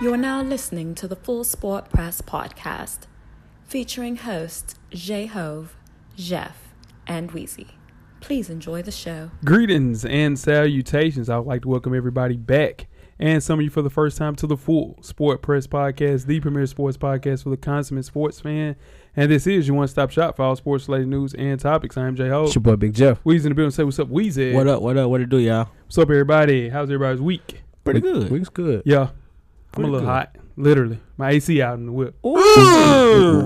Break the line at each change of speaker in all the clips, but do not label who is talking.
You are now listening to the Full Sport Press podcast, featuring hosts Jay Hove, Jeff, and Wheezy. Please enjoy the show.
Greetings and salutations. I would like to welcome everybody back and some of you for the first time to the Full Sport Press Podcast, the premier sports podcast for the consummate sports fan. And this is your one stop shop for all sports related news and topics. I am Jay Ho.
It's your boy Big Jeff.
Weezy in the building. Say what's up, Weezy.
What up? What up? What it do, y'all?
What's up, everybody? How's everybody's week?
Pretty
Week-
good.
Week's good.
Yeah, I'm a
Pretty
little
good.
hot. Literally, my AC out in the whip.
Ooh.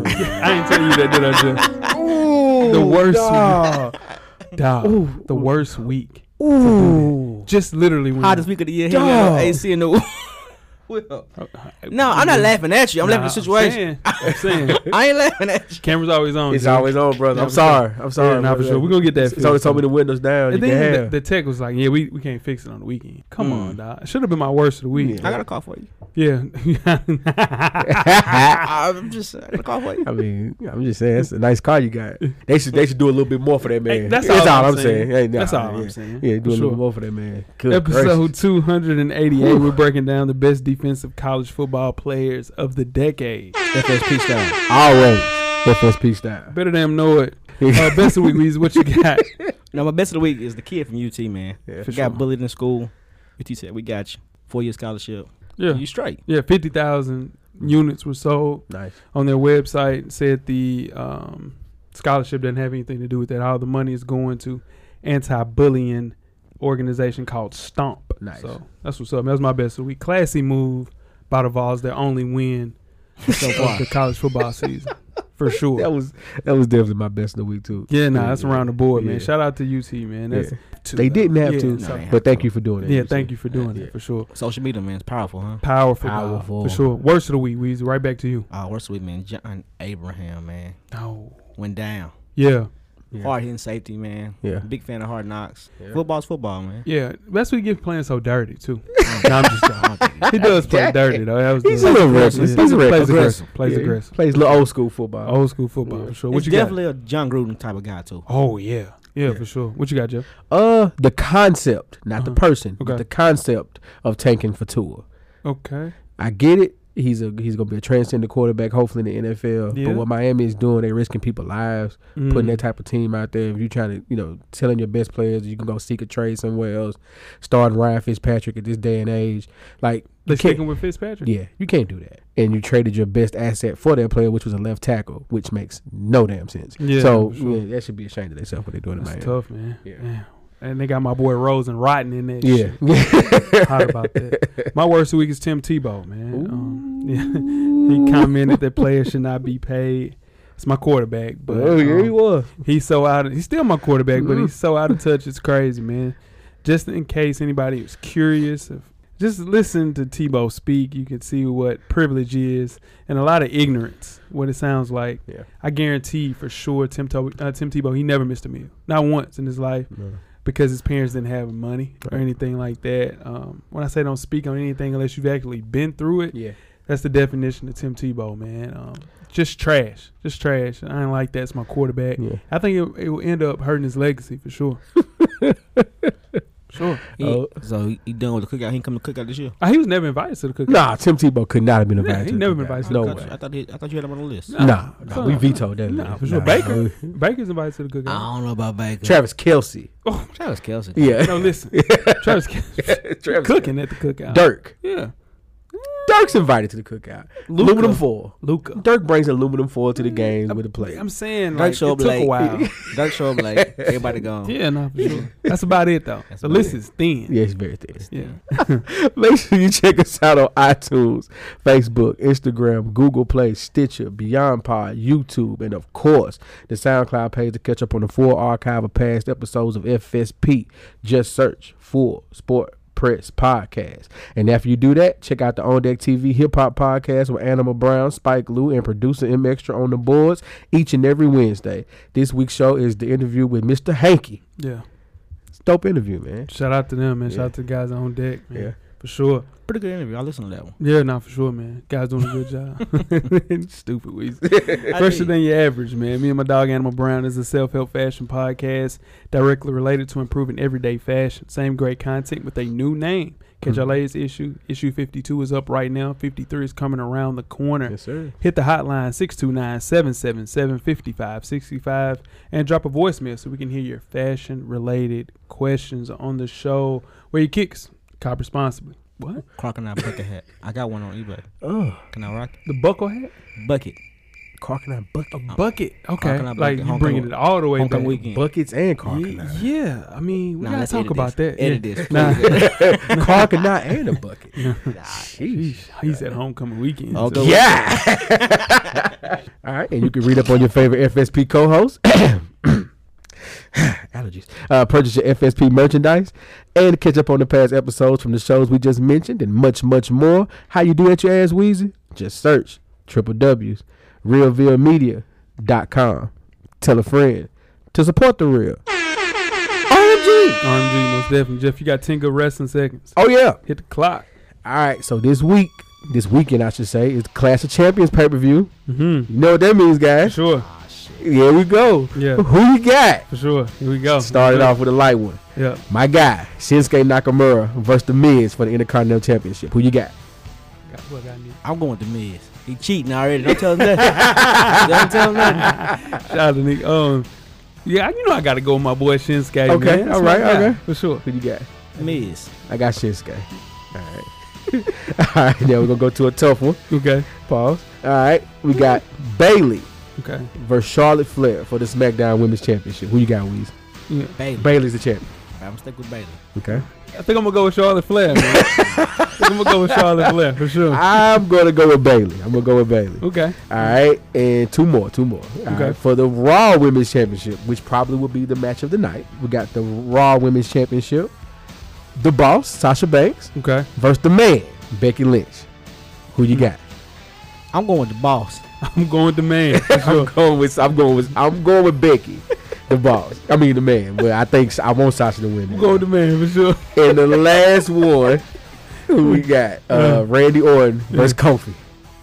I ain't tell you that, did I, Jeff? The worst week. Dog, the worst week.
Ooh.
Just literally when
Hottest week of the year. Here we got no
Dog.
AC in the. Well, no, I'm not laughing at you. I'm laughing at the situation.
I'm saying, I'm saying.
I ain't laughing at you.
Camera's always on.
It's
dude.
always on, brother.
Yeah,
I'm
for
sorry. I'm sorry.
Yeah, nah, for
brother.
sure. We're gonna get that
It's always
fixed,
told me
though.
the windows down.
The,
You
thing
can
is
have.
that the tech was like, "Yeah, we, we can't fix it on the weekend." Come
Mm.
on, dog. Should have been my worst of the week.
I got a call for you.
Yeah,
I'm just I got a call for you.
I mean, I'm just saying, it's a nice car you got. They should, they should do a little bit more for that man.
Hey, that's all I'm saying.
Hey, nah,
that's all
yeah.
I'm saying.
Yeah, do a
For
little
sure.
bit more for that man. Good
Episode 288.
Whew.
We're breaking down the best defensive college football players of the decade.
FSP style.
gracious. always FSP style.
Better damn know it. Uh, best of week, Weezy, what you got?
Now my best of the week is the kid from UT man.
Yeah,
for
Got
sure.
bullied in school. UT said we got you. Four year scholarship.
Yeah,
You straight.
yeah. Fifty thousand units were sold
Nice.
on their website. It Said the um, scholarship doesn't have anything to do with that. All the money is going to anti-bullying organization called Stomp.
Nice.
So that's what's up. That was my best of the week. Classy move by the Vols. Their only win
So
of
far.
the college football season for sure.
That was that was definitely my best of the week too.
Yeah, nah, that's around the board, man.
Yeah.
Shout out to UT, man. That's
Yeah.
two,
They didn't have
yeah,
to,
so-
Nah,
but thank you for doing it.
yeah, thank you for doing
Yeah.
it for sure.
Social media man, it's powerful, huh?
Powerful, dog,
Powerful.
for sure. Worst of the week, Weezy. Right back to you.
Oh, worst week man, John Abraham man
No.
went down.
Yeah,
Yeah.
Hard hitting safety man.
Yeah.
Big fan of hard knocks.
Yeah.
Football's football man.
yeah. That's what he gets playing so dirty too.
No, I'm just I don't think it-
He does play dirty though. That was
He's
the-
a little reckless.
Yeah.
He's a
plays
reckless.
aggressive. Plays
Yeah, he
aggressive. Oh.
Plays little old school football.
Old school football
Yeah.
for sure. What
It's
you
definitely a John Gruden type of guy too.
got? Oh yeah. yeah, for sure. What you got, Jeff?
Uh, the concept, not the
Uh-huh.
person,
Okay.
but the concept of tanking for Tua.
Okay.
I get it. He's a he's gonna be a transcendent quarterback, hopefully in the NFL.
Yeah.
But what Miami is doing, they risking people's lives, putting
Mm.
that type of team out there. If you're trying to, you know, telling your best players you can go seek a trade somewhere else, starting Ryan Fitzpatrick at this day and age, like
They
you can't-
sticking with Fitzpatrick.
yeah, you can't do that. And you traded your best asset for that player, which was a left tackle, which makes no damn sense.
Yeah,
so
for sure.
yeah, that should be ashamed of themselves what they're doing in
That's
Miami.
tough, man.
Yeah.
Damn. And they got my boy Rosen rotting in that.
Yeah,
shit. hot about that. My worst week is Tim Tebow, man. Um, yeah. he commented that players should not be paid. It's my quarterback, but
oh yeah, he
um,
was.
he's so out. Of, he's still my quarterback, but
Mhm.
he's so out of touch. It's crazy, man. Just in case anybody was curious, if, just listen to Tebow speak. You can see what privilege is and a lot of ignorance. What it sounds like.
Yeah.
I guarantee for sure Tim, to- uh, Tim Tebow. He never missed a meal, not once in his life because his parents didn't have money or
Right.
anything like that. Um, when I say don't speak on anything unless you've actually been through it,
Yeah.
that's the definition of Tim Tebow, man. Um, just trash, just trash. I ain't like that's my quarterback.
Yeah.
I think it, it will end up hurting his legacy for sure. sure.
He-
Oh.
So he, he done with the cookout. He ain't coming to cookout this year.
Uh, he was never invited to the cookout.
Nah, Tim Tebow could not have been
Yeah,
invited.
he
to the
never
cookout.
been invited to
No
the
I
way.
thought, I, thought he, I thought you had him on the list.
No.
Nah, nah, we vetoed that.
Nah,
man.
for sure.
Nah.
Baker, Baker's invited to the cookout.
I don't know about Baker.
Travis Kelsey.
Travis Kelsey.
Yeah.
No, listen, Travis Kelce
Oh. Travis
cooking at the cookout.
Dirk.
Yeah.
Dirk's invited to the cookout.
Luka.
Aluminum foil.
Luca.
Dirk brings aluminum foil to the games with the play.
Mm, I'm saying
Dirk
like
show
it
up
took a while.
late. Dirk show up late. Everybody gone.
yeah, no, for sure. That's about it though.
That's
the
about
list
it.
is thin.
Yeah, he's very thin.
Yeah.
Make sure you check us out on iTunes, Facebook, Instagram, Google Play, Stitcher, Beyond Pod, YouTube, and of course the SoundCloud page to catch up on the full archive of past episodes of FSP. Just search Full Sport Press Podcast. And after you do that, check out the On Deck TV Hip Hop Podcast with Animal Brown, Spike Lou, and producer M Extra on the boards each and every Wednesday. This week's show is the interview with Mr. Hanky.
Yeah.
It's a dope interview, man.
Shout out to them, man. Shout
Yeah.
out to the guys on deck, man.
Yeah.
For sure.
Pretty good interview. I listened to that one.
Yeah, not for sure, man. Guys doing a good job. Stupid Weezy. Fresher than your average, man. Me and my dog Animal Brown is a self help fashion podcast directly related to improving everyday fashion. Same great content with a new name. Catch our
Mhm.
latest issue. Issue 52 is up right now. 53 is coming around the corner.
Yes, sir.
Hit the hotline 629 777 5565 and drop a voicemail so we can hear your fashion related questions on the show. Where you kicks, cop responsibly. What?
Crocodile bucket hat. I got one on eBay.
Oh,
Can I rock
The buckle hat?
it? Bucket.
crocodile bucket.
Um,
Bucket. Okay.
Crocodile
Like
bucket,
you
homecoming-
bringing it all the way
homecoming
back.
weekend.
buckets and
Ye-
carcanine.
Yeah, I mean, we
Nah,
gotta
let's
talk
edit
about
this.
that. Yeah.
Edit this.
Nah.
please.
carcanine and a bucket. Sheesh.
Sheesh, He's at homecoming weekend.
I'll
so-
go-
Yeah. All right, and you can read up on your favorite FSP co-host. Allergies. Uh, purchase your FSP merchandise and catch up on the past episodes from the shows we just mentioned and much, much more. How you do that, your ass Wheezy? Just search triple W's realvillemedia.com. Tell a friend to support the real. OMG.
RMG, most definitely. Jeff, you got 10 good wrestling seconds.
Oh yeah.
Hit the clock.
All right, so this week, this weekend I should say, is Clash of Champions pay per view.
Mm-hmm.
You know what that means, guys?
Sure.
Here we go.
Yeah,
Who you got?
for sure. Here we go.
Started off with a light one.
Yeah.
My guy Shinsuke Nakamura versus The Miz for the Intercontinental Championship. Who you got?
Got, what I need.
I'm going with the Miz. He cheating already. Don't tell him that. Don't tell him that.
Shout out to Nick. Um, yeah, you know I gotta go with my boy Shinsuke.
Okay,
man. That's
all
my
right,
guy,
okay.
for sure.
Who you got?
Miz.
I got Shinsuke. All right. All right. Now we're gonna go to a tough one.
Okay,
Pause. All right. We got Bailey
okay.
versus Charlotte Flair for the SmackDown Women's Championship. Who you got, Weez?
Yeah.
Bailey.
Bailey's the champion.
I'm stuck with Bailey.
Okay.
I think I'm gonna go with Charlotte Flair. Man. I think I'm gonna go with Charlotte Flair for sure.
I'm gonna go with Bailey. I'm gonna go with Bailey.
Okay,
All right, and two more, two more. All
Okay.
right, For the Raw Women's Championship, which probably will be the match of the night, we got the Raw Women's Championship. The boss, Sasha Banks,
okay.
versus the man, Becky Lynch. Who you got?
I'm going with the boss.
I'm going with the man. For
I'm
sure.
going with I'm going with I'm going with Becky, the boss. I mean the man, but I think I want Sasha to win.
I'm going with the man for sure.
And the last one, who we got? Uh, Randy Orton versus Kofi.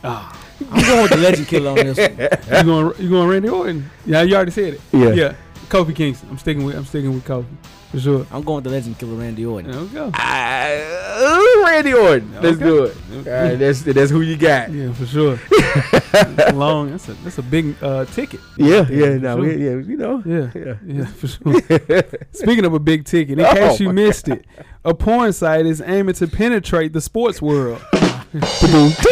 I'm going with the legend killer on this one.
You going? You going Randy Orton? Yeah, you already said it.
Yeah.
Yeah, Kofi Kingston. I'm sticking with. I'm sticking with Kofi for sure.
I'm going with the legend killer Randy Orton.
There we go.
I- uh, Randy Orton. Let's
Okay.
do it. All right, that's that's who you got.
Yeah, for sure. That's long. That's a that's a big uh, ticket.
Yeah,
Yeah,
yeah, no,
sure.
we, yeah, you know.
Yeah.
Yeah.
Yeah, for sure. Speaking of a big ticket, in case
Oh,
you
my
missed it, a porn site is aiming to penetrate the sports world.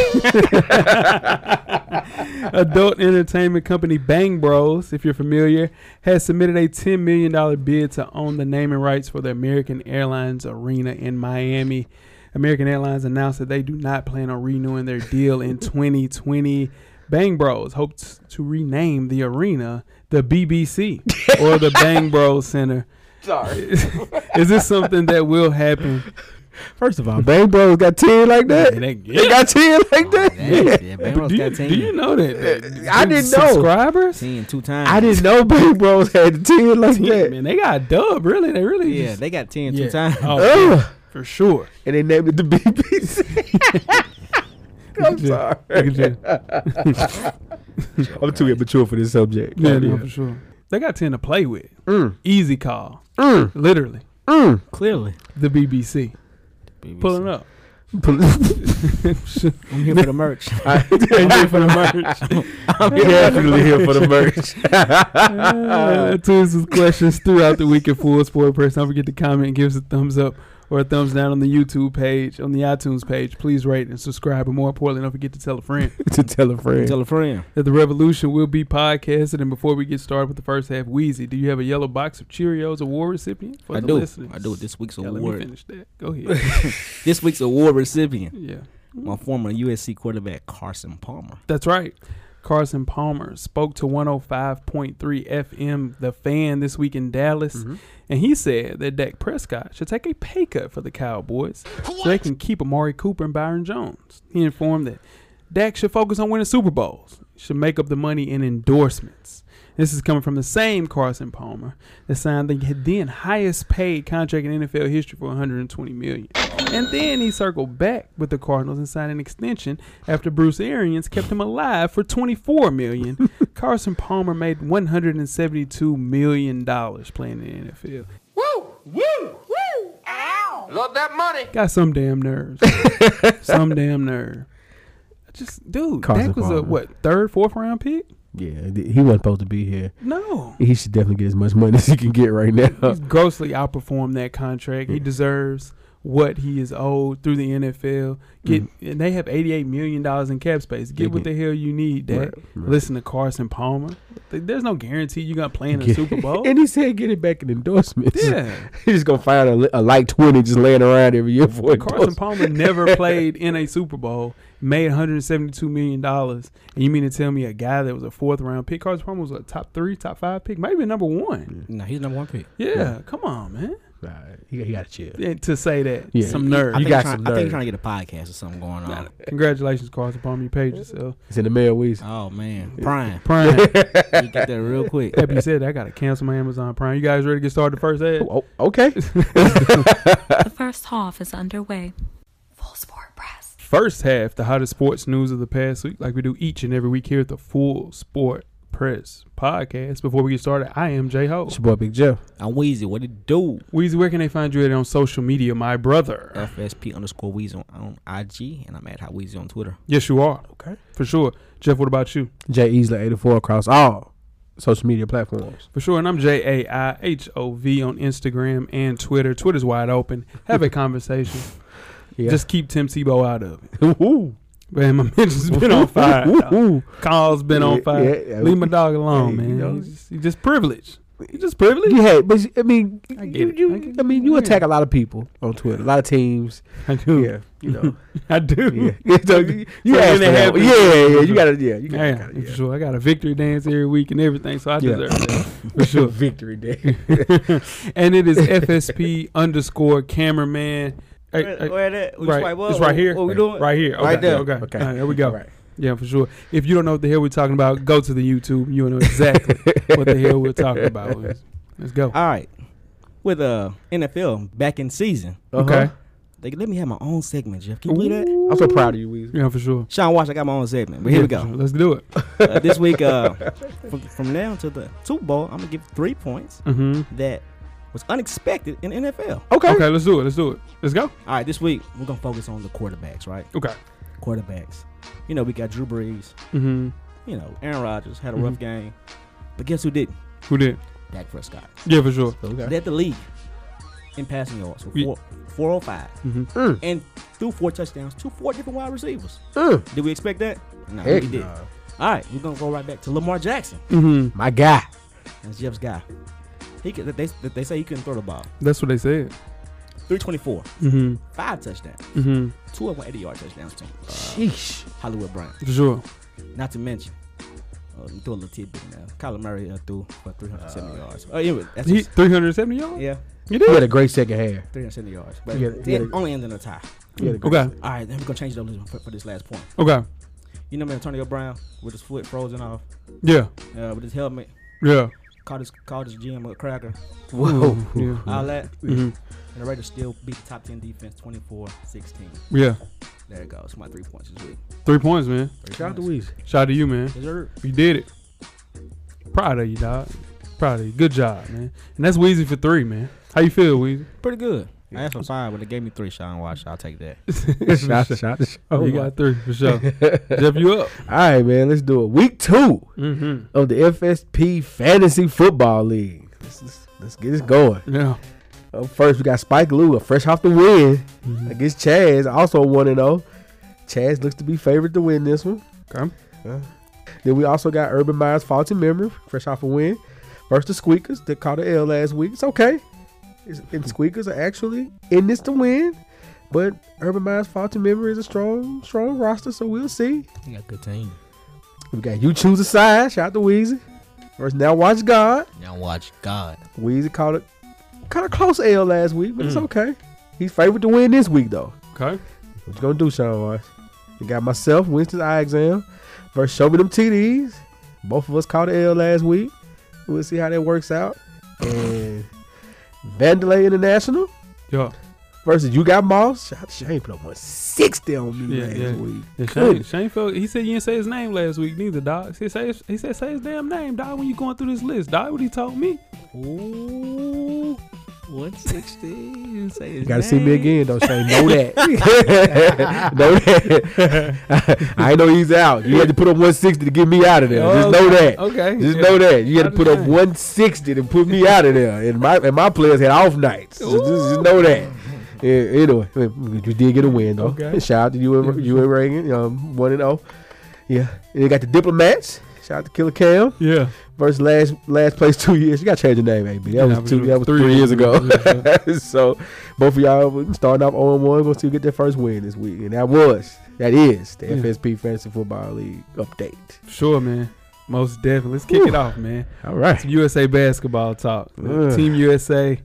Adult entertainment company Bang Bros, if you're familiar, has submitted a $10 million bid to own the naming rights for the American Airlines Arena in Miami. American Airlines announced that they do not plan on renewing their deal in 2020. Bang Bros hopes to rename the arena the BBC or the Bang Bros Center.
Sorry.
Is this something that will happen?
First of all, Bang Bros got ten like that.
Yeah, they-
They got ten like
Oh,
that.
that's- yeah, Bailey
Do you,
got
do you
10.
know that? that-
I
them
didn't know.
Subscribers?
10 two times.
I didn't know Bang Bros had ten like
Yeah,
that.
man, they got a dub. Really, they really.
Yeah,
just,
they got 10
Yeah.
two times.
Oh,
Ugh.
for sure.
And they named it the BBC. I'm
Look at you.
sorry.
Look at you. Oh,
I'm too immature for this subject.
Yeah, no, for sure. They got ten to play with.
Mm,
Easy call,
mm,
literally.
mm.
Clearly.
The BBC pulling up.
I'm here for the merch.
Definitely here for the merch.
uh, to us with questions throughout the week at Full Sport Press. Don't forget to comment and give us a thumbs up or a thumbs down on the YouTube page, on the iTunes page. Please rate and subscribe. And more importantly, don't forget to tell a friend
to tell a friend.
Tell a friend.
that the revolution will be podcasted. And before we get started with the first half, Wheezy, do you have a yellow box of Cheerios award recipient for
I
the
do.
listeners?
I do. This week's
Yeah, let me
award.
finish that. Go ahead.
This week's award recipient,
yeah.
my former USC quarterback Carson Palmer.
That's right. Carson Palmer spoke to 105.3 FM, the fan, this week in Dallas,
Mm-hmm.
and he said that Dak Prescott should take a pay cut for the Cowboys so they can keep Amari Cooper and Byron Jones. He informed that Dak should focus on winning Super Bowls, should make up the money in endorsements. This is coming from the same Carson Palmer that signed the then highest paid contract in NFL history for 120 million. And then he circled back with the Cardinals and signed an extension after Bruce Arians kept him alive for 24 million. Carson Palmer made 172 million dollars playing in the NFL.
Love that money.
Got some damn nerves. some damn nerve. I Just dude,
Carson
Dak was a
Palmer.
what third, fourth round pick?
Yeah, th- he wasn't supposed to be here.
No.
He should definitely get as much money as he can get right now.
He's grossly outperformed that contract. He deserves what he is owed through the NFL. Get and they have eighty eight million dollars in cap space. Get what the hell you need, Dak.
Right, right.
Listen to Carson Palmer. Th- There's no guarantee you're gonna play in a
Get-
Super Bowl.
and he said, "Get it back in endorsements."
yeah.
He's just gonna find a, li- a light twenty just laying around every year for
Carson
endorsements.
Palmer never played in a Super Bowl, made 172 million dollars, and you mean to tell me a guy that was a fourth round pick? Carson Palmer was a top three, top five pick, maybe a number one.
No, he's number one pick.
Yeah, come on, man.
Nah, he, he got to chill.
And to say that,
Yeah.
some nerve.
I You
think
got
he's trying-
some
I think
nerve.
he's trying to get a podcast or something going on.
Congratulations, Carson Palmer. You paid yourself.
It's in the mail, Weezy.
Oh man, Prime.
Prime.
you get that real quick.
Happy you said that. I gotta cancel my Amazon Prime. You guys ready to get started? First ad.
Oh, okay.
The first half is underway. Full Sport Press.
First half, the hottest sports news of the past week, like we do each and every week here at the Full Sport Press Podcast. Before we get started, I am J Ho.
it's your boy Big Jeff.
I'm Weezy. What it do?
Weezy, where can they find you at on social media, my brother?
FSP underscore Weezy on, on IG, and I'm at Hot Weezy on Twitter.
Yes, you are.
Okay.
For sure. Jeff, what about you?
J Easley eighty four across all social media platforms.
For sure. And I'm J A I H O V on Instagram and Twitter. Twitter's wide open. Have a conversation.
Yeah.
Just keep Tim Tebow out of it.
Ooh,
Man, my mention's been on fire.
Ooh,
dog.
ooh.
Call's been
Yeah,
on fire.
yeah, yeah.
Leave my dog alone,
Hey, you
man.
know.
He's just, he's just privileged. He's just privileged.
Yeah, but I mean,
I get
you,
it.
you,
I
I,
get
mean,
it.
you
Yeah.
attack a lot of people on Twitter, a lot of teams.
I do.
Yeah, you know,
I do.
yeah. So you you
So
asked
when it
for that one.
happens-
yeah, yeah, yeah. You gotta, yeah, you gotta,
Yeah,
gotta
for
yeah.
sure. I got a victory dance every week and everything, so I
Yeah.
deserve that. For sure.
Victory day.
and it is FSP underscore cameraman. Hey, hey,
that?
right. It's right here. Right here. Okay.
Right there.
Okay.
Okay.
All right, there we go.
Right.
Yeah, for sure. If you don't know what the hell we're talking about, go to the YouTube. You'll know exactly what the hell we're talking about. Let's, let's go.
Uh-huh.
All right. With uh NFL back in season,
Okay.
they let me have my own segment. Jeff, can you believe that?
I'm so proud of you, Weezy.
Yeah, for sure.
Sean Watch, I got my own segment. But here we
Yeah, for
go.
sure. Let's do it.
Uh, this week, uh, from, from now to the Super Bowl, I'm gonna give three points
hmm
that was unexpected in NFL.
Okay.
Okay, let's do it. Let's do it. Let's go.
All right, this week we're gonna focus on the quarterbacks, right?
Okay.
Quarterbacks. You know, we got Drew Brees.
hmm
You know, Aaron Rodgers had a rough
Mhm.
game, but guess who didn't?
Who did?
Dak Prescott.
Yeah, for sure.
Okay.
Led the league in passing yards with
Ye-
four, 405
hmm
Mm,
and threw four touchdowns to four different wide receivers.
mm.
Did we expect that? No,
Heck
we did.
nah.
All right, we're gonna go right back to Lamar Jackson.
hmm
My guy.
That's Jeff's guy. He could, they, they say he couldn't throw the ball.
That's what they said.
324,
hmm
five touchdowns,
hmm
two of them 80 yard touchdowns to uh,
Sheesh.
Hollywood Brown.
For sure.
Not to mention, uh, let me throw a little tidbit now. Kyler Murray uh, threw for 370 yards. Oh, anyway, that's
He,
just-
370 yards?
yeah,
You
He
did?
had a great second half.
370 yards. But
You gotta- you
they
gotta-
only ended in a tie.
He had a great
Okay.
All right, then we're gonna change it up for, for this last point.
Okay.
You know, Antonio Brown with his foot frozen off,
Yeah.
uh, with his helmet,
Yeah.
called his called his GM a cracker.
Whoa.
Yeah.
All that,
hmm
and the Raiders still beat the top 10 defense 24-16.
Yeah.
There it goes. My three points this week.
Three points, man.
Three
Shout out to
points.
Weezy.
Shout out to you, man.
Dessert.
You did it. Proud of you, dog. Proud of you. Good job, man. And that's Wheezy for three, man. How you feel, Wheezy?
Pretty good. I asked for five, but they gave me three. Sean Watch, I'll take that.
Shout out- shout out to Sean
Oh, you
Watch.
got three for sure. Jeff, you up?
All right, man. Let's do it. Week two
Mm-hmm.
of the FSP Fantasy Football League. Let's, let's, let's get this going.
Yeah.
Uh, first, we got Spike Lee, fresh off the win
Mm-hmm.
against Chaz, also 1 0. Chaz looks to be favored to win this one.
Okay.
Uh, Then we also got Urban Meyer's Faulty Memory, fresh off a win. Versus the Squeakers, that caught an L last week. It's okay. It's, and Squeakers are actually in this to win. But Urban Meyer's Faulty Memory is a strong, strong roster, so we'll see.
He got a good team.
We got You Choose a Side, shout out to Weezy. Versus Now Watch God.
Now watch God.
Weezy caught it kind of close L last week, but it's
Mm.
okay. He's favored to win this week though.
Okay.
What you gonna do, Sean Watts? You got myself, Winston's eye exam, versus show me them TDs. Both of us caught an L last week. We'll see how that works out. And Vandalay International
Yeah.
versus you got Moss. Shout out to Shane put up 160 on me
Yeah,
last
yeah.
week.
yeah Shane,
Good.
Shane felt he said you didn't say his name last week neither, dog. He said he said say his damn name, dog. When you going through this list, dog, what he told me?
Ooh, 160. You say his
You gotta see me
name.
again, though, Shane. Know that. know that. I know he's out. You had to put up 160 to get me out of there. Just know
Oh, Okay,
that.
Okay.
Just
Yeah.
know that you had to
I
put up
understand.
160 to put me out of there, and my and my players had off nights. So just, just know that. Yeah, anyway, I mean, you did get a win though.
Okay.
Shout out to you and you and Reagan, um, one and zero. Yeah, and you got the diplomats. Shout out to Killer Cam
Yeah.
versus last last place two years. You got to change your name, AB. That
Yeah, I
was
was
two.
doing
That was
three
three, years ago.
years
so both of y'all were starting off 0 one. Going to get their first win this week, and that was that is the
Yeah.
FSP Fantasy Football League update.
Sure, man. Most definitely. Let's kick
Whew.
it off, man.
All right.
Some USA basketball talk.
Ugh.
Team USA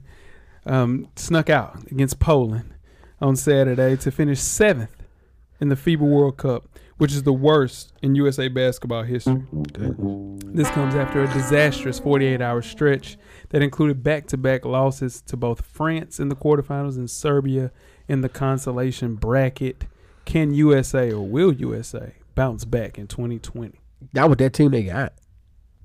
um, snuck out against Poland on Saturday to finish seventh in the FIBA World Cup, which is the worst in USA basketball history. This comes after a disastrous 48 hour stretch that included back to back losses to both France in the quarterfinals and Serbia in the consolation bracket. Can USA or will USA bounce back in 2020?
Not with that team they got.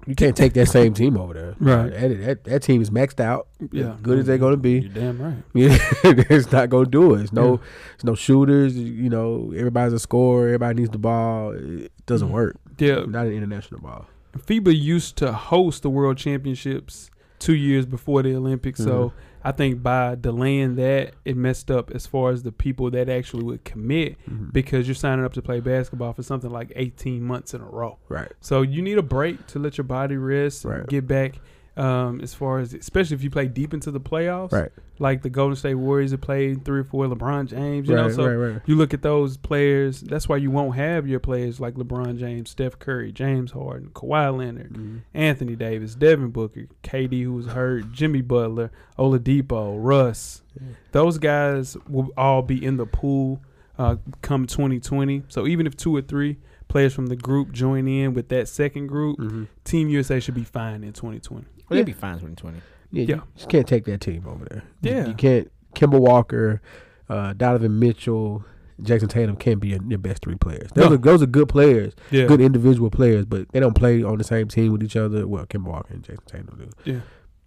You can't take that same team over there.
Right.
That, that, that team is maxed out.
Yeah.
As good as they're going to
You're
be.
damn right.
Yeah, it's not going to do it. It's no,
Yeah.
it's no shooters. You know, everybody's a scorer. Everybody needs the ball. It doesn't
Mm-hmm.
work.
Yeah.
Not an international ball.
FIBA used to host the World Championships two years before the Olympics, so
Mm-hmm.
I think by delaying that, it messed up as far as the people that actually would commit because you're signing up to play basketball for something like 18 months in a row.
Right.
So you need a break to let your body rest, and
Right.
get back. Um, as far as especially if you play deep into the playoffs,
Right.
like the Golden State Warriors have played three or four LeBron James, you
right,
know, so
right. Right.
you look at those players. That's why you won't have your players like LeBron James, Steph Curry, James Harden, Kawhi Leonard,
Mm-hmm.
Anthony Davis, Devin Booker, KD, who was hurt, Jimmy Butler, Oladipo, Russ.
Yeah.
Those guys will all be in the pool uh, come 2020. So even if two or three players from the group join in with that second group,
Mm-hmm.
Team USA should be fine in 2020.
Well, they'd be fine 2020.
Yeah,
Yeah.
You just can't take that team over there. You-
Yeah.
You, can't. Kimball Walker, uh, Donovan Mitchell, Jackson Tatum can't be your, your best three players. Those,
No.
are, those are good players.
Yeah.
good individual players, but they don't play on the same team with each other. Well, Kim Walker and Jason Tatum do.
Yeah.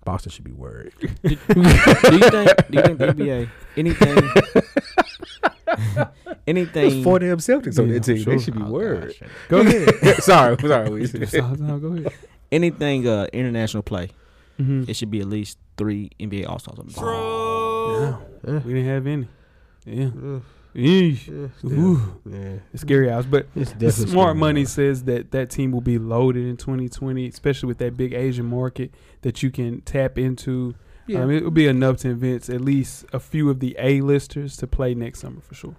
Boston should be worried.
do you think? Do you think the NBA anything? anything?
There's four damn Celtics on
Yeah,
that team.
sure.
They should be
Oh,
worried.
gosh.
Go ahead.
sorry, sorry. we-
So, no, go ahead.
Anything uh, international play,
Mhm.
it should be at least three NBA All Stars on the ball.
No,
Yeah.
we didn't have any. Yeah.
Mm,
Eesh.
yeah,
Ooh.
still, yeah.
It's scary hours, but
It's
the
definitely
smart
scary.
money says that that team will be loaded in 2020, especially with that big Asian market that you can tap into.
Yeah.
Um, it will be enough to convince at least a few of the A-listers to play next summer for sure.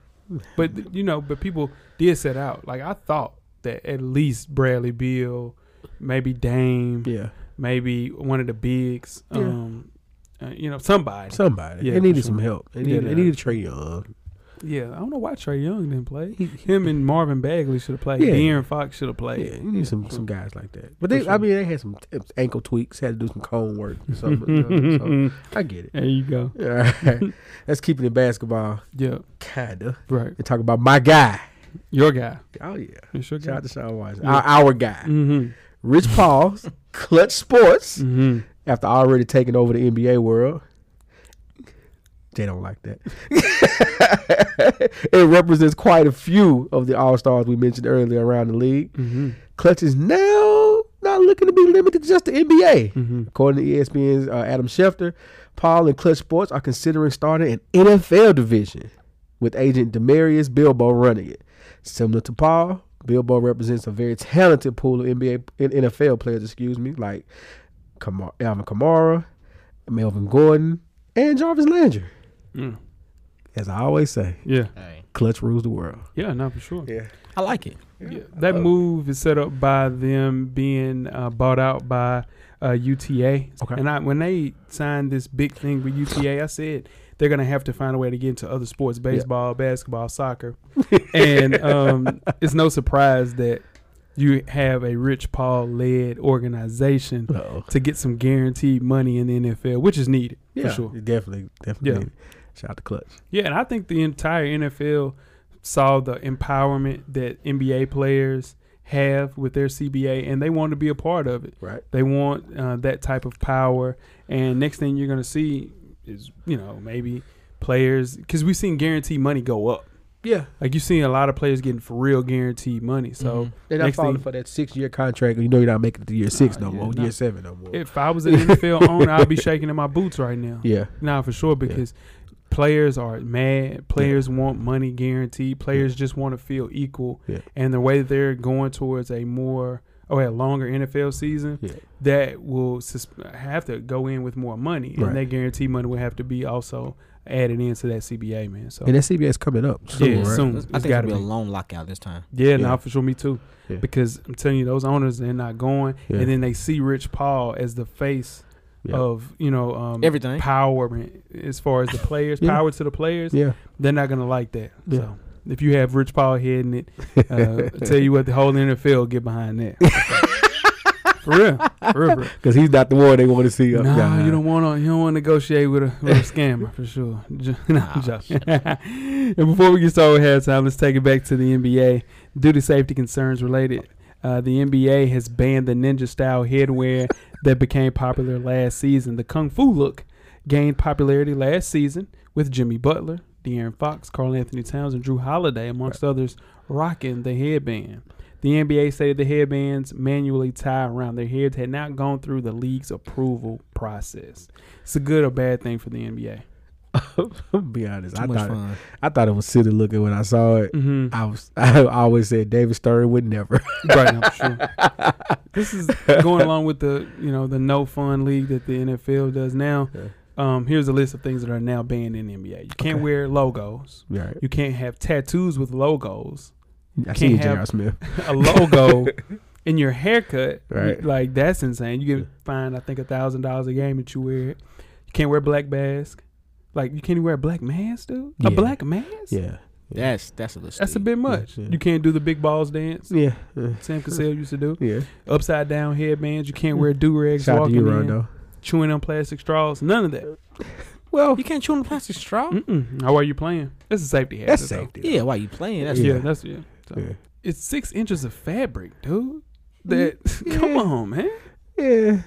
But
Mm-hmm.
th- you know, but people did set out. Like I thought that at least Bradley Beal, maybe Dame,
yeah.
maybe one of the bigs,
Yeah.
um, uh, you know, somebody.
Somebody.
Yeah,
they
for
needed
sure.
some help. They
Yeah,
needed,
they-
they needed Trey Young.
Yeah, I don't know why Trey Young didn't play. Him and Marvin Bagley should have played.
Yeah.
De'Aaron Fox should have
Yeah,
played.
you need some some guys like that. But
For
they, I
sure.
mean, they had some t- ankle tweaks. Had to do some cone work. Or something, you know, so I get it.
There you go.
All right, that's keeping it basketball.
Yeah,
Kinda.
right.
And talk about my guy.
Your guy.
Oh yeah.
It's your
Shout
guy.
out to Sean Watson.
Yeah.
Our, our guy.
Mm-hmm.
Rich Paul's Clutch Sports
Mm-hmm.
after already taking over the NBA world. They don't like that. it represents quite a few of the All Stars we mentioned earlier around the league.
Mm-hmm.
Clutch is now not looking to E be limited to just the NBA.
Mm-hmm.
According to ESPN's uh, Adam Schefter, Paul and Clutch Sports are considering starting an NFL division with agent Demarius Bilbo running it. Similar to Paul, Bilbo represents a very talented pool of NBA and NFL players, excuse me, like Kamar- Alvin Kamara, Melvin Gordon, and Jarvis Landry.
Mm.
As I always say,
Yeah.
Clutch rules the world.
Yeah, not for sure.
Yeah.
I like it.
Yeah, that move is set up by them being uh, bought out by uh, UTA.
Okay.
And I, when they signed this big thing with UTA, I said they're going to have to find a way to get into other sports baseball, basketball, soccer. and um, it's no surprise that you have a Rich Paul led organization
Uh-oh.
to get some guaranteed money in the NFL, which is needed
Yeah,
for sure.
Definitely, definitely.
Yeah.
need it. Shout out to Clutch.
Yeah, and I think the entire NFL saw the empowerment that NBA players have with their CBA, and they want to be a part of it.
Right.
They want uh, that type of power. And next thing you're going to see is, you know, maybe players, because we've seen guaranteed money go up.
Yeah.
Like you've seen a lot of players getting for real guaranteed money. So
They're not
Next
falling
thing-
for that six year contract. You know you're not making it to year six
Nah,
no
yeah,
more,
nah.
year seven no more.
if I was an NFL owner, I'd be shaking in my boots right now.
yeah.
Nah, for sure, because players are mad. Players want money guaranteed. Players just want to feel equal.
Yeah.
And the way they're going towards a more or a longer NFL season,
Yeah.
that will sus- have to go in with more money,
Right.
and that guarantee money will have to be also added into that CBA, man. So
And that CBA is coming up soon,
Yeah,
right?
soon.
I
It's
think
gotta
it'll be a
be.
long lockout this time.
yeah, nah,
Yeah.
for sure, me too.
Yeah.
Because I'm telling you, those owners they're not going,
Yeah.
and then they see Rich Paul as the face.
Yeah.
Of you know um,
Everything.
power as far as the players
Yeah.
power to the players
Yeah.
they're not gonna like that.
Yeah.
So if you have Rich Paul heading it, uh, I tell you what, the whole NFL will get behind that. for real, for real. For real.
Because he's not the one they want to see. up
Nah,
there.
you don't want to. You don't want to negotiate with a, with a scammer for sure. J- no, I'm joking. and before we get started with halftime, let's take it back to the NBA due to safety concerns related. Uh, the NBA has banned the ninja style headwear that became popular last season. The kung fu look gained popularity last season with Jimmy Butler, De'Aaron Fox, Carl Anthony Towns, and Drew Holiday, amongst others, rocking the headband. The NBA stated the headbands manually tied around their heads had not gone through the league's approval process. It's a good or bad thing for the NBA.
I'm be honest.
Too
I
much
thought, it,
fun.
I thought it was silly looking when I saw it.
Mm-hmm.
I was. I always said David Stern would never.
right now, for sure. This is going along with the you know the no fun league that the NFL does now.
Yeah.
Um, here's a list of things that are now banned in the NBA. You can't
Okay.
wear logos.
right.
You can't have tattoos with logos.
I see you,
have-
J.R. Smith.
A logo in your haircut,
Right.
Like that's insane. You
Yeah.
get fined, I think, a thousand dollars a game that you wear. it. You can't wear black mask. Like you can't even wear a black mask, dude. A
Yeah.
black mask.
Yeah.
That's that's a little.
That's a
steep.
bit much.
yeah.
You can't do the big balls dance.
Yeah. Yeah.
Sam Cassell used to do
Yeah.
upside down headbands. You can't wear do rags
Shout out to
walking
you,
in,
Rondo.
chewing on plastic straws. None of that.
Well,
You can't chew on a plastic straw.
Mm-mm. How are you playing? That's a safety hazard.
that's
though.
safety.
Yeah, why you playing? That's
Yeah,
Yeah.
that's yeah. So,
Yeah.
It's six inches of fabric, dude. That come
Yeah.
on, man.
Yeah.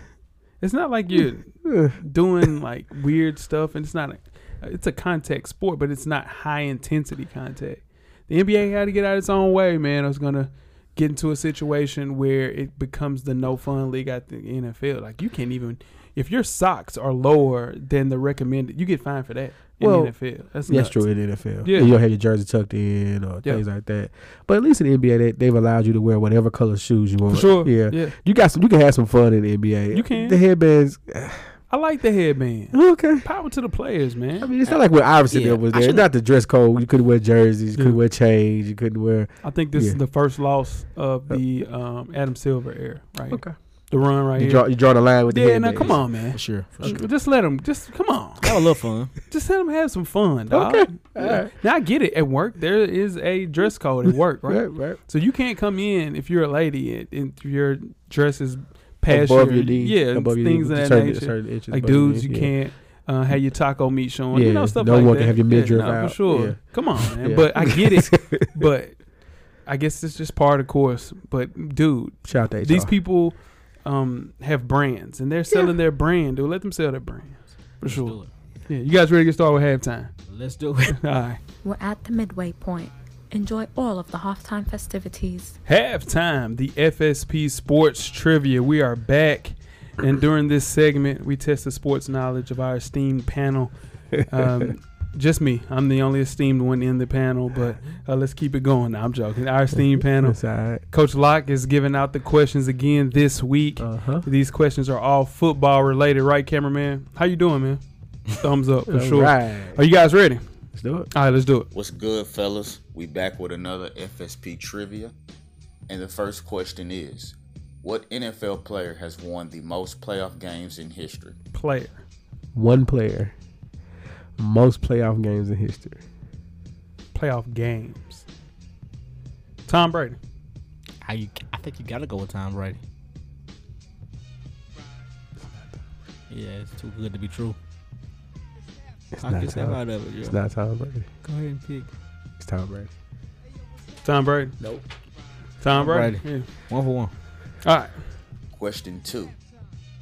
It's not like you're
Yeah.
doing like weird stuff, and it's not. A, it's a contact sport, but it's not high intensity contact. The NBA had to get out its own way, man. I was gonna get into a situation where it becomes the no fun league at the NFL. Like you can't even if your socks are lower than the recommended, you get fined for that in
Well,
the NFL. That's,
That's
nuts.
true in the NFL.
Yeah.
You don't have your jersey tucked in or
Yeah.
things like that. But at least in the NBA, they, they've allowed you to wear whatever color shoes you want.
For sure.
Yeah.
yeah.
You got some. You can have some fun in the NBA.
You can.
The headbands.
I like the headband.
Okay.
Power to the players,
I
man.
mean, it's not like when Iverson
Yeah,
was there.
I
It's
shouldn't-
not the dress code. You couldn't wear jerseys. You couldn't
Yeah.
wear chains. You couldn't wear.
I think this is
Yeah. Uh,
the first loss of the um, Adam Silver era, right? here.
Okay.
The run right
You
here.
draw. You draw the line with the
yeah, now
headbands.
come on, man.
for sure. For
Mm.
sure.
Just let them. Just come on.
Have a little fun.
Just let them have some fun, dog.
Okay.
Yeah.
All right.
Now I get it. At work, there is a dress code at work, right?
Right. Right.
So you can't come in if you're a lady and, and your dress is past
above
your,
your knee.
yeah, and
Above your knee.
things of that
certain,
nature.
certain inches
like
above your
dudes,
knee,
you
yeah.
can't. Uh, have your taco meat showing, you
Yeah,
know stuff
no
like
one
that.
can have your midriff
no,
out.
for sure.
Yeah.
Come on, man.
Yeah.
But I get it. but I guess it's just part of course. But dude,
Shout out to
these
HR.
people um, have brands and they're selling their brand. Dude, let them sell their brands for
Let's
sure.
do it.
Yeah, you guys ready to get started with halftime?
Let's do it.
All right,
We're at the midway point. Enjoy all of the halftime festivities.
halftime. The FSP Sports Trivia. We are back. And during this segment, we test the sports knowledge of our esteemed panel. Um, just me. I'm the only esteemed one in the panel, but uh, let's keep it going. Nah, I'm joking. Our esteemed panel.
That's all right.
Coach Locke is giving out the questions again this week.
Uh huh.
These questions are all football related, right, cameraman? How you doing, man? Thumbs up for sure.
Right.
Are you guys ready?
Let's do it.
All right, let's do it.
What's good, fellas? We back with another FSP trivia. And the first question is What NFL player has won the most playoff games in history?
Player.
One player, most playoff games in history.
Playoff games. Tom Brady.
I, you, I think you gotta go with Tom Brady. Yeah, it's too good to be true.
It's
I
not
can step
Tom.
out of it. Yeah.
It's not Tom Brady.
Go ahead and pick.
It's Tom Brady.
Tom Brady.
Nope.
Tom
Tom
Brady.
One for one.
Yeah. All right.
Question two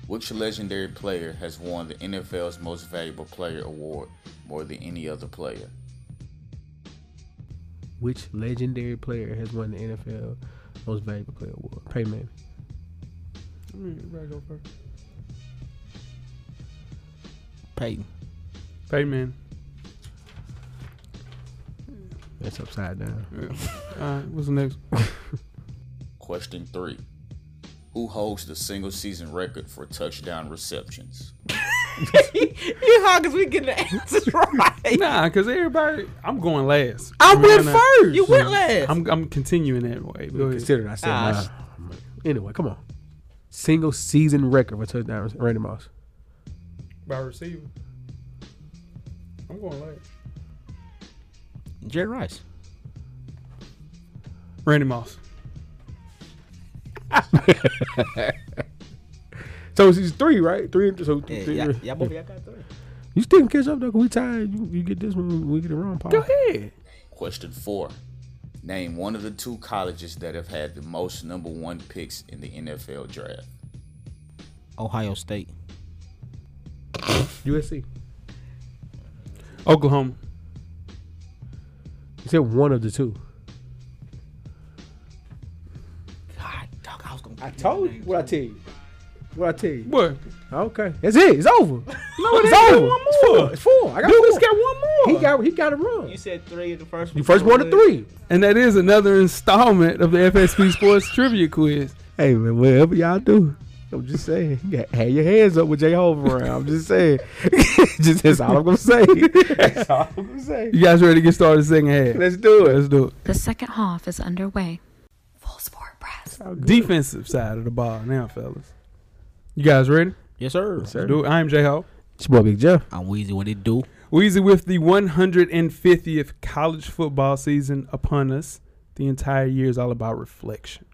Which legendary player has won the NFL's Most Valuable Player award more than any other player?
Which legendary player has won the NFL Most Valuable Player Award? Pay man.
Peyton.
Peyton Manning.
That's upside down.
All right. What's the next?
Question three Who holds the single season record for touchdown receptions?
You hard because we getting the answers right.
Nah, because everybody, I'm going last.
I went
Rihanna-
first. You went last.
I'm, I'm continuing that way. Go ahead.
Consider it. I said,
Ah,
nah. Anyway, come on. Single season record for touchdowns. Randy Moss.
By receiver. I'm going last.
Jerry Rice.
Randy Moss.
So it's it's three, right? Three. and- So
Yeah,
three-
y'all, y'all both y'all got three.
you still can catch up though. 'cause we tired. You, you get this one. We get it wrong. Paul.
Go ahead.
Question four. Name one of the two colleges that have had the most number one picks in the NFL draft.
Ohio State.
USC.
Oklahoma.
You said one of the two.
God, dog, I was gonna. pick that name.
I tell you. What I tell you.
What?
Okay. That's it. It's over.
No, it
it's
ain't.
over.
One
It's
more.
four. It's four. I got
Dude,
four.
it's got one more.
he got. He got it wrong.
You
You
said three in the first.
first one to three.
and that is another installment of the FSP Sports Trivia Quiz.
Hey man, whatever y'all do, I'm just saying, you got have your hands up with J Hove around. I'm just saying, just that's all I'm gonna say. That's all I'm gonna say.
You guys ready to get started second half?
Let's do it.
Let's do it.
The second half is underway. Full Sport Press.
Defensive side of the ball now, fellas. You guys ready?
Yes, sir.
Sir.
Do it. I'm J Ho.
It's your boy Big Jeff.
I'm Weezy. What it do?
Weezy with the 150th college football season upon us. The entire year is all about reflection.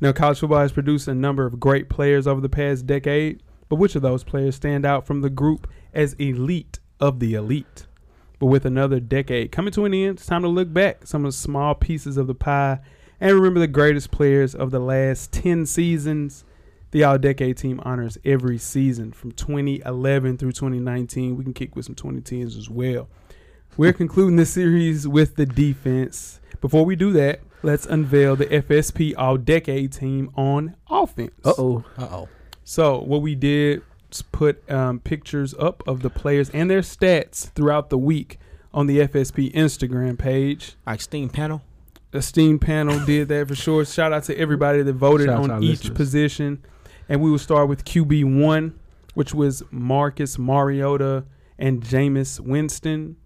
Now, college football has produced a number of great players over the past decade, but which of those players stand out from the group as elite of the elite? But with another decade coming to an end, it's time to look back at some of the small pieces of the pie and remember the greatest players of the last 10 seasons. The All Decade team honors every season from 2011 through 2019. We can kick with some 2010s as well. We're concluding this series with the defense. Before we do that, let's unveil the FSP All Decade team on offense.
Uh oh.
Uh oh.
So what we did is put um, pictures up of the players and their stats throughout the week on the FSP Instagram page.
Like steam panel.
Esteemed panel did that for sure. Shout out to everybody that voted
Shout out to our
on each
listeners.
position. And we will start with QB one, which was Marcus Mariota and Jameis Winston.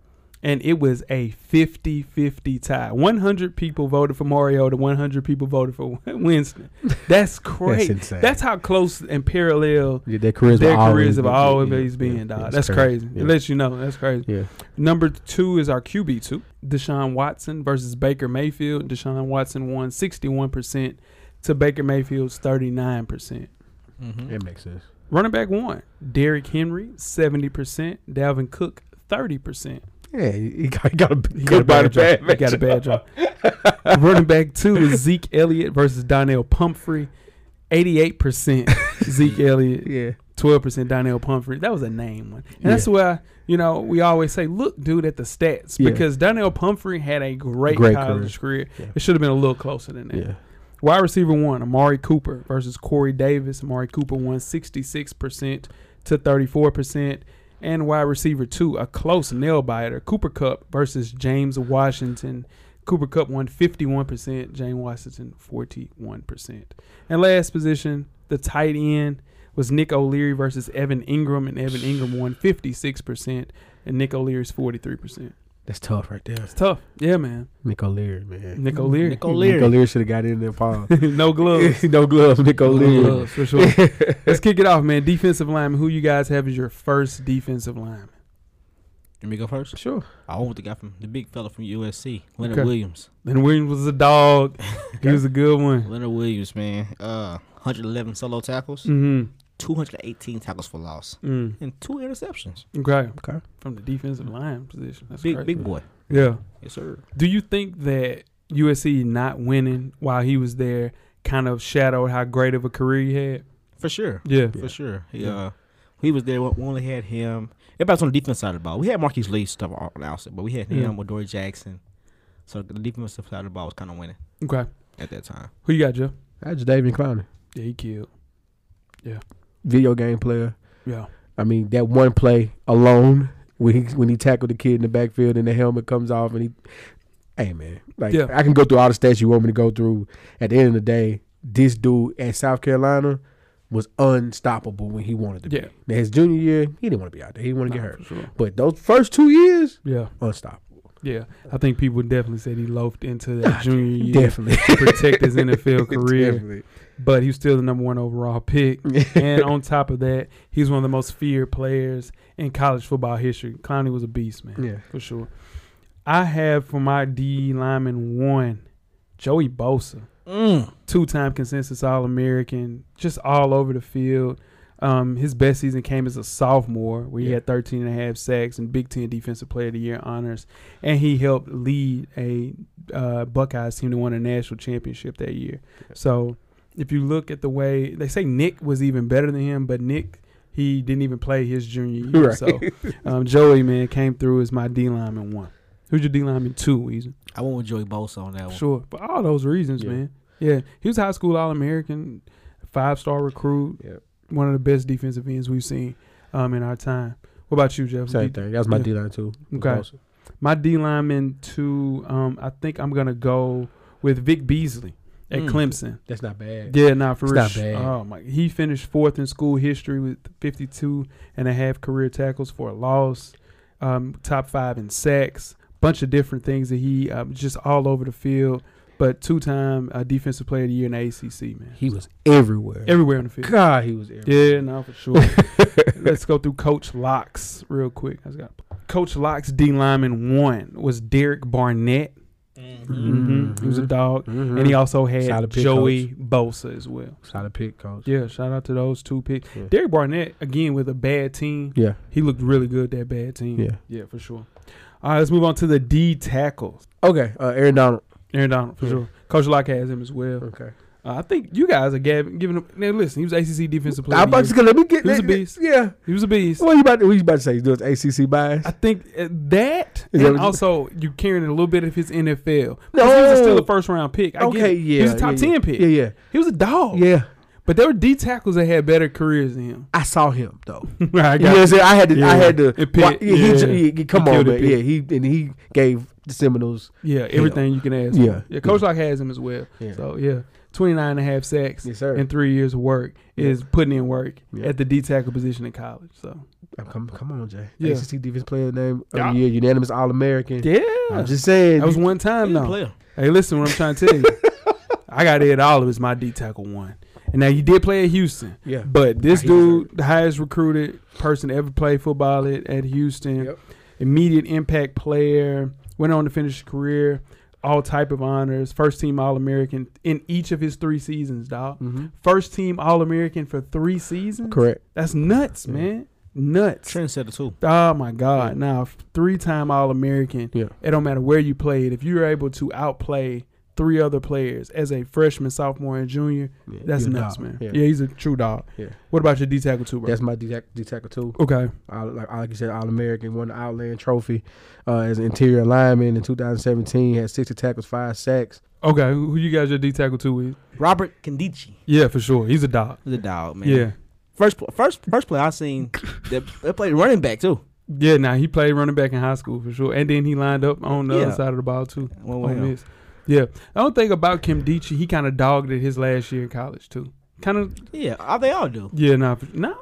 And it was a 50 50 tie. 100 people voted for Mariota, 100 people voted for Winston. That's crazy. That's,
insane.
how close and parallel
Yeah, their careers
their
have always
careers have
been-
always
yeah,
been,
yeah,
dog.
yeah,
That's
it's
crazy.
Yeah.
It lets you know. That's crazy.
yeah.
Number two is our QB two, Deshaun Watson versus Baker Mayfield. Deshaun Watson won sixty one percent to Baker Mayfield's thirty nine percent.
Mm-hmm.
That makes sense.
Running back one, Derrick Henry seventy percent, Dalvin Cook thirty percent.
Yeah, he got, he got a
He
good
got a bad
body
job. He got a bad job. Running back two is Zeke Elliott versus Donnell Pumphrey, eighty eight percent Zeke Elliott,
Yeah.
twelve percent Donnell Pumphrey. That was a name one, and that's why you know we always say, look, dude, at the stats
Yeah.
because Donnell Pumphrey had a great,
Great
college career.
Yeah.
It should have been a little closer than that.
Yeah.
Wide receiver one, Amari Cooper versus Corey Davis. Amari Cooper won 66% to 34%. And wide receiver two, a close nail biter, Cooper Cup versus James Washington. Cooper Cup won 51%, James Washington 41%. And last position, the tight end was Nick O'Leary versus Evan Ingram, and Evan Ingram won 56%, and Nick O'Leary's 43%.
That's tough right there.
It's tough. Yeah, man.
Nick O'Leary, man.
Nick O'Leary.
Nick O'Leary.
Nick O'Leary should have got in there, Paul.
no gloves.
no gloves, Nick
No
O'Leary.
gloves, for sure. Let's kick it off, man. Defensive lineman. Who you guys have as your first defensive lineman?
Let me go first.
Sure.
I went with the guy from the big fella from USC, Leonard
Okay.
Williams.
And Williams was a dog. He was a good one.
Leonard Williams, man. Uh, 111 solo tackles,
Mm-hmm.
218 tackles for loss,
Mm.
and two interceptions.
Okay.
Okay.
From the defensive line position. That's
big
crazy.
big boy.
Yeah.
Yes, sir.
Do you think that USC not winning while he was there kind of shadowed how great of a career he had?
For sure.
Yeah.
For sure. He, uh, he was there. We only had him. Everybody's on the defense side of the ball. We had Marquise Lee stuff on the outside, but we had him
Yeah.
with Dory Jackson. So the defensive side of the ball was kind of winning
Okay.
at that time.
Who you got, Joe?
That's David Clowney,
Yeah, he killed.
video game player.
Yeah.
I mean, that one play alone when he when he tackled the kid in the backfield and the helmet comes off and he, hey man, like
Yeah.
I can go through all the stats you want me to go through. At the end of the day, this dude at South Carolina was unstoppable when he wanted to
Yeah.
be. Now his junior year, he didn't want to be out there. He didn't want to
Nah,
get hurt.
for sure.
But those first two years,
Yeah.
unstoppable,
Yeah. I think people definitely said he loafed into that junior year.
definitely.
to protect his NFL career,
Definitely.
but he was still the number one overall pick. and on top of that, he's one of the most feared players in college football history. Clowney was a beast, man,
Yeah,
for sure. I have for my D lineman one, Joey Bosa, two-time consensus All-American, just all over the field. Um, his best season came as a sophomore, where he
Yeah.
had 13 and a half sacks and Big Ten Defensive Player of the Year honors, and he helped lead a uh, Buckeyes team to win a national championship that year. So if you look at the way they say Nick was even better than him, but Nick he didn't even play his junior year.
Right.
So um, Joey man came through as my D lineman one. Who's your D lineman two? Weezy?
I went with Joey Bosa on that one.
Sure, for all those reasons,
Oh. Yeah.
man. Yeah, he was a high school All American, five star recruit,
Yep.
one of the best defensive ends we've seen um, in our time. What about you, Jeff?
same thing. That was my
Yeah.
D line too.
Okay. My D lineman two, um, I think I'm gonna go with Vic Beasley at
Mm.
Clemson.
That's not bad.
Yeah, nah, for
It's
real.
not bad.
Oh my, he finished fourth in school history with 52 and a half career tackles for a loss, um, top five in sacks, bunch of different things that he um, just all over the field. But two-time uh, defensive player of the year in the ACC, man,
He was everywhere.
everywhere on the field.
God, he was everywhere.
Yeah, no, for sure. Let's go through Coach Locks real quick. I just got Coach Locks D lineman one was Derek Barnett. hmm He was a
Mhm.
dog,
Mhm.
and he also had
Solid pick,
Joey Bosa as well.
Solid pick, coach.
Yeah, shout out to those two picks.
Yeah.
Derek Barnett again with a bad team.
Yeah.
He looked really good that bad team.
Yeah.
yeah, for sure. All right, let's move on to the D tackles.
Okay. Uh, Aaron Donald.
Aaron Donald for
Yeah.
sure. Coach Locke has him as well.
Okay.
Uh, I think you guys are giving, giving him. Now listen, he was ACC defensive player.
I
of the
about
year.
to let me get
He was a
that- that-
beast.
Yeah.
He was a beast.
What you about? To, what you about to say? He's doing ACC bias.
I think uh, that,
Is that what
and
you-
also you carrying a little bit of his NFL. No, he was still a first round pick. I
okay.
get it.
Yeah.
he was a top
yeah,
ten
yeah.
pick. Oh.
Yeah. Yeah.
He was a dog.
Yeah.
but there were D tackles that had better careers than him.
I saw him though.
I
You know what I'm saying? I had to. I had
Yeah.
to.
It pit,
yeah, he-
yeah.
he- he- come
He
on,
killed
man.
it,
Yeah.
pit.
He and he gave the Seminoles.
Yeah, everything you can ask.
Yeah.
for. yeah. Coach Lock has him as well.
Yeah.
So yeah, 29 and a half sacks
Yes, sir.
in three years of work is putting in work
Yeah.
at the D tackle position in college. So
oh, Come, come on, Jay.
Yeah.
ACC defense player name of
Yeah.
the year, unanimous All American.
yeah,
I'm just saying.
that was one time
He's a
though.
player.
Hey, listen, what I'm trying to tell you, I got Ed Olive as my D tackle one, and now he did play at Houston.
yeah.
But this
Nah, he was
dude, the highest recruited person to ever play football at, at Houston,
Yep.
immediate impact player, went on to finish his career, all type of honors, first team All American in each of his three seasons, dog.
Mhm.
First team All American for three seasons.
Correct.
That's nuts,
Yeah.
man. Nuts.
Trendsetter too.
Oh my God! Now three time All American.
Yeah.
It don't matter where you played. If you're able to outplay three other players as a freshman, sophomore, and junior,
Yeah,
that's
he a
nuts,
dog.
man. Yeah.
Yeah.
he's a true dog.
Yeah.
What about your D tackle too, bro?
That's my D tac- D tackle too.
okay.
all, like like you said, All American, won the Outland Trophy uh, as an interior lineman in 2017. Had 60 tackles, five sacks.
Okay, who who you guys your D tackle two with?
Robert Kandichi.
Yeah, for sure. He's a dog.
He's a dog, man.
Yeah,
First, pl- first, first play I seen. They, they played running back too.
yeah. Now he played running back in high school for sure, and then he lined up on the
Yeah.
other side of the bball too.
Well,
Ole
well,
Miss. Yeah, I don't think about Kim Dichie. He kind of dogged it his last year in college too. Kind of.
Yeah, uh, they all do.
Yeah, nah, for- nah.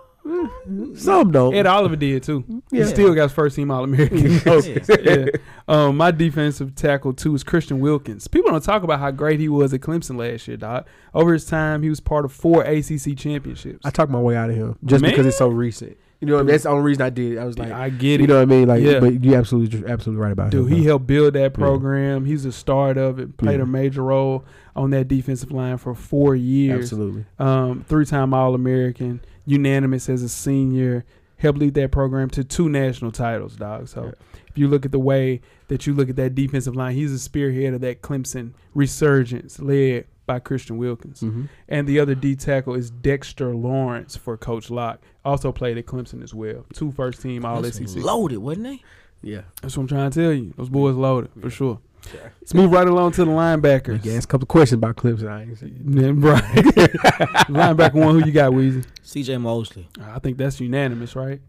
Some don't.
Ed Oliver did too.
Yeah.
He still got his first team All American.
Yeah.
yeah. Um, my defensive tackle too is Christian Wilkins. People don't talk about how great he was at Clemson last year, Doc. Over his time, he was part of four ACC championships.
I talk my way out of here just
Man.
because it's so recent. You know, what I mean? that's the only reason I did. it. I was like,
I get
you
it.
know what I mean? Like,
Yeah.
but you absolutely, you're absolutely right about
Dude,
him.
he helped build that program. He's a start of it. Played
Yeah.
a major role on that defensive line for four years.
absolutely.
Um, three-time All-American, unanimous as a senior. Helped lead that program to two national titles, dog. So
Yeah.
if you look at the way that you look at that defensive line, he's a spearhead of that Clemson resurgence led by Christian Wilkins.
Mhm.
And the other D tackle is Dexter Lawrence for Coach Locke. Also played at Clemson as well. Two first team All
This
SEC.
was loaded, wasn't they?
Yeah,
That's what I'm trying to tell you. Those boys loaded for sure. Let's move right along to the linebackers.
yeah. Ask a couple questions about Clemson. I ain't seen.
Yeah, right. Linebacker one, who you got, Weezy?
C.J. Mosley.
I think that's unanimous, right?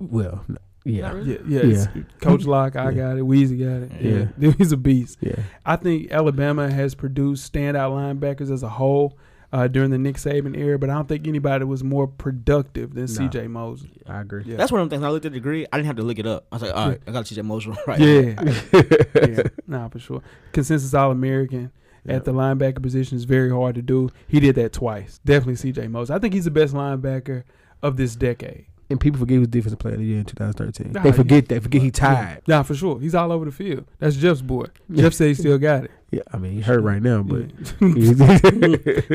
Well, no, yeah,
Yeah, yeah. it's- Coach Locke, I
Yeah.
got it. Weezy got it.
Yeah.
he's a beast.
yeah.
I think Alabama has produced standout linebackers as a whole uh, during the Nick Saban era, but I don't think anybody was more productive than C.J. Mosley.
I agree.
Yeah.
That's one of the things. When I looked at the degree. I didn't have to look it up. I was like, all right, I got C.J. Mosley right.
Yeah. yeah. Nah, for sure. Consensus All American
Yeah.
at the linebacker position is very hard to do. He did that twice. Definitely CJ Mose. I think he's the best linebacker of this decade.
And people forget he was defensive player of the year in 2013.
Nah,
they
yeah.
forget that. Forget he tied.
Nah, for sure. He's all over the field. That's Jeff's boy.
Yeah.
Jeff said he still got it.
Yeah, I mean, he hurt right now, but
Yeah.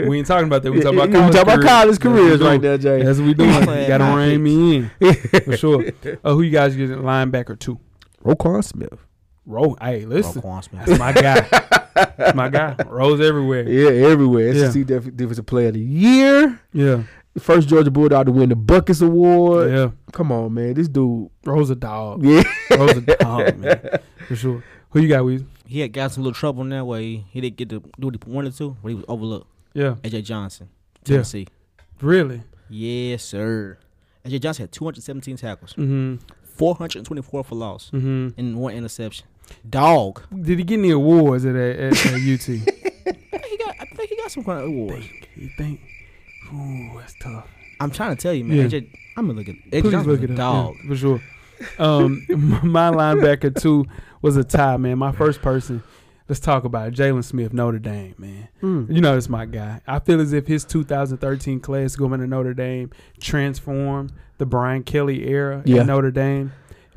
we ain't talking about that. We talking about
We
college.
talking about college careers
That's what we doing.
right there, Jay.
That's what we doing.
Playing
Got to
my
rein me in for sure. Uh, who you guys getting linebacker two?
Roquan Smith.
Roll. Hey, listen,
Roquan Smith.
that's my guy. That's my guy. Rose everywhere.
Yeah, everywhere.
Yeah.
SEC def- defensive player of the year.
Yeah,
First Georgia Bulldog to win the Buckets Award.
yeah.
Come on, man. This dude.
Rose a dog.
Yeah.
Rose a dog, man. For sure. Who you got, Weezy?
He had got some little trouble in that way. He didn't get to do what he wanted to, but he was overlooked.
Yeah.
A.J. Johnson,
Yeah.
Tennessee.
Really?
Yes, sir. A.J. Johnson had 217 tackles,
Mm-hmm.
424 for loss,
Mm-hmm.
and one interception. Dog.
Did he get any awards at, at, at, at UT?
I think he got. I think he got some kind of award.
you think? Ooh, that's tough.
I'm trying to tell you, man.
Yeah.
AJ, I'm gonna look at. AJ
Please
Johnson's
look
a
it up.
Dog.
Yeah, for sure. Um, my linebacker too was a tie, man. My first person. Let's talk about it. Jalen Smith, Notre Dame, man.
Mm.
You know it's my guy. I feel as if his 2013 class going to Notre Dame transformed the Brian Kelly era
Yeah.
in Notre Dame.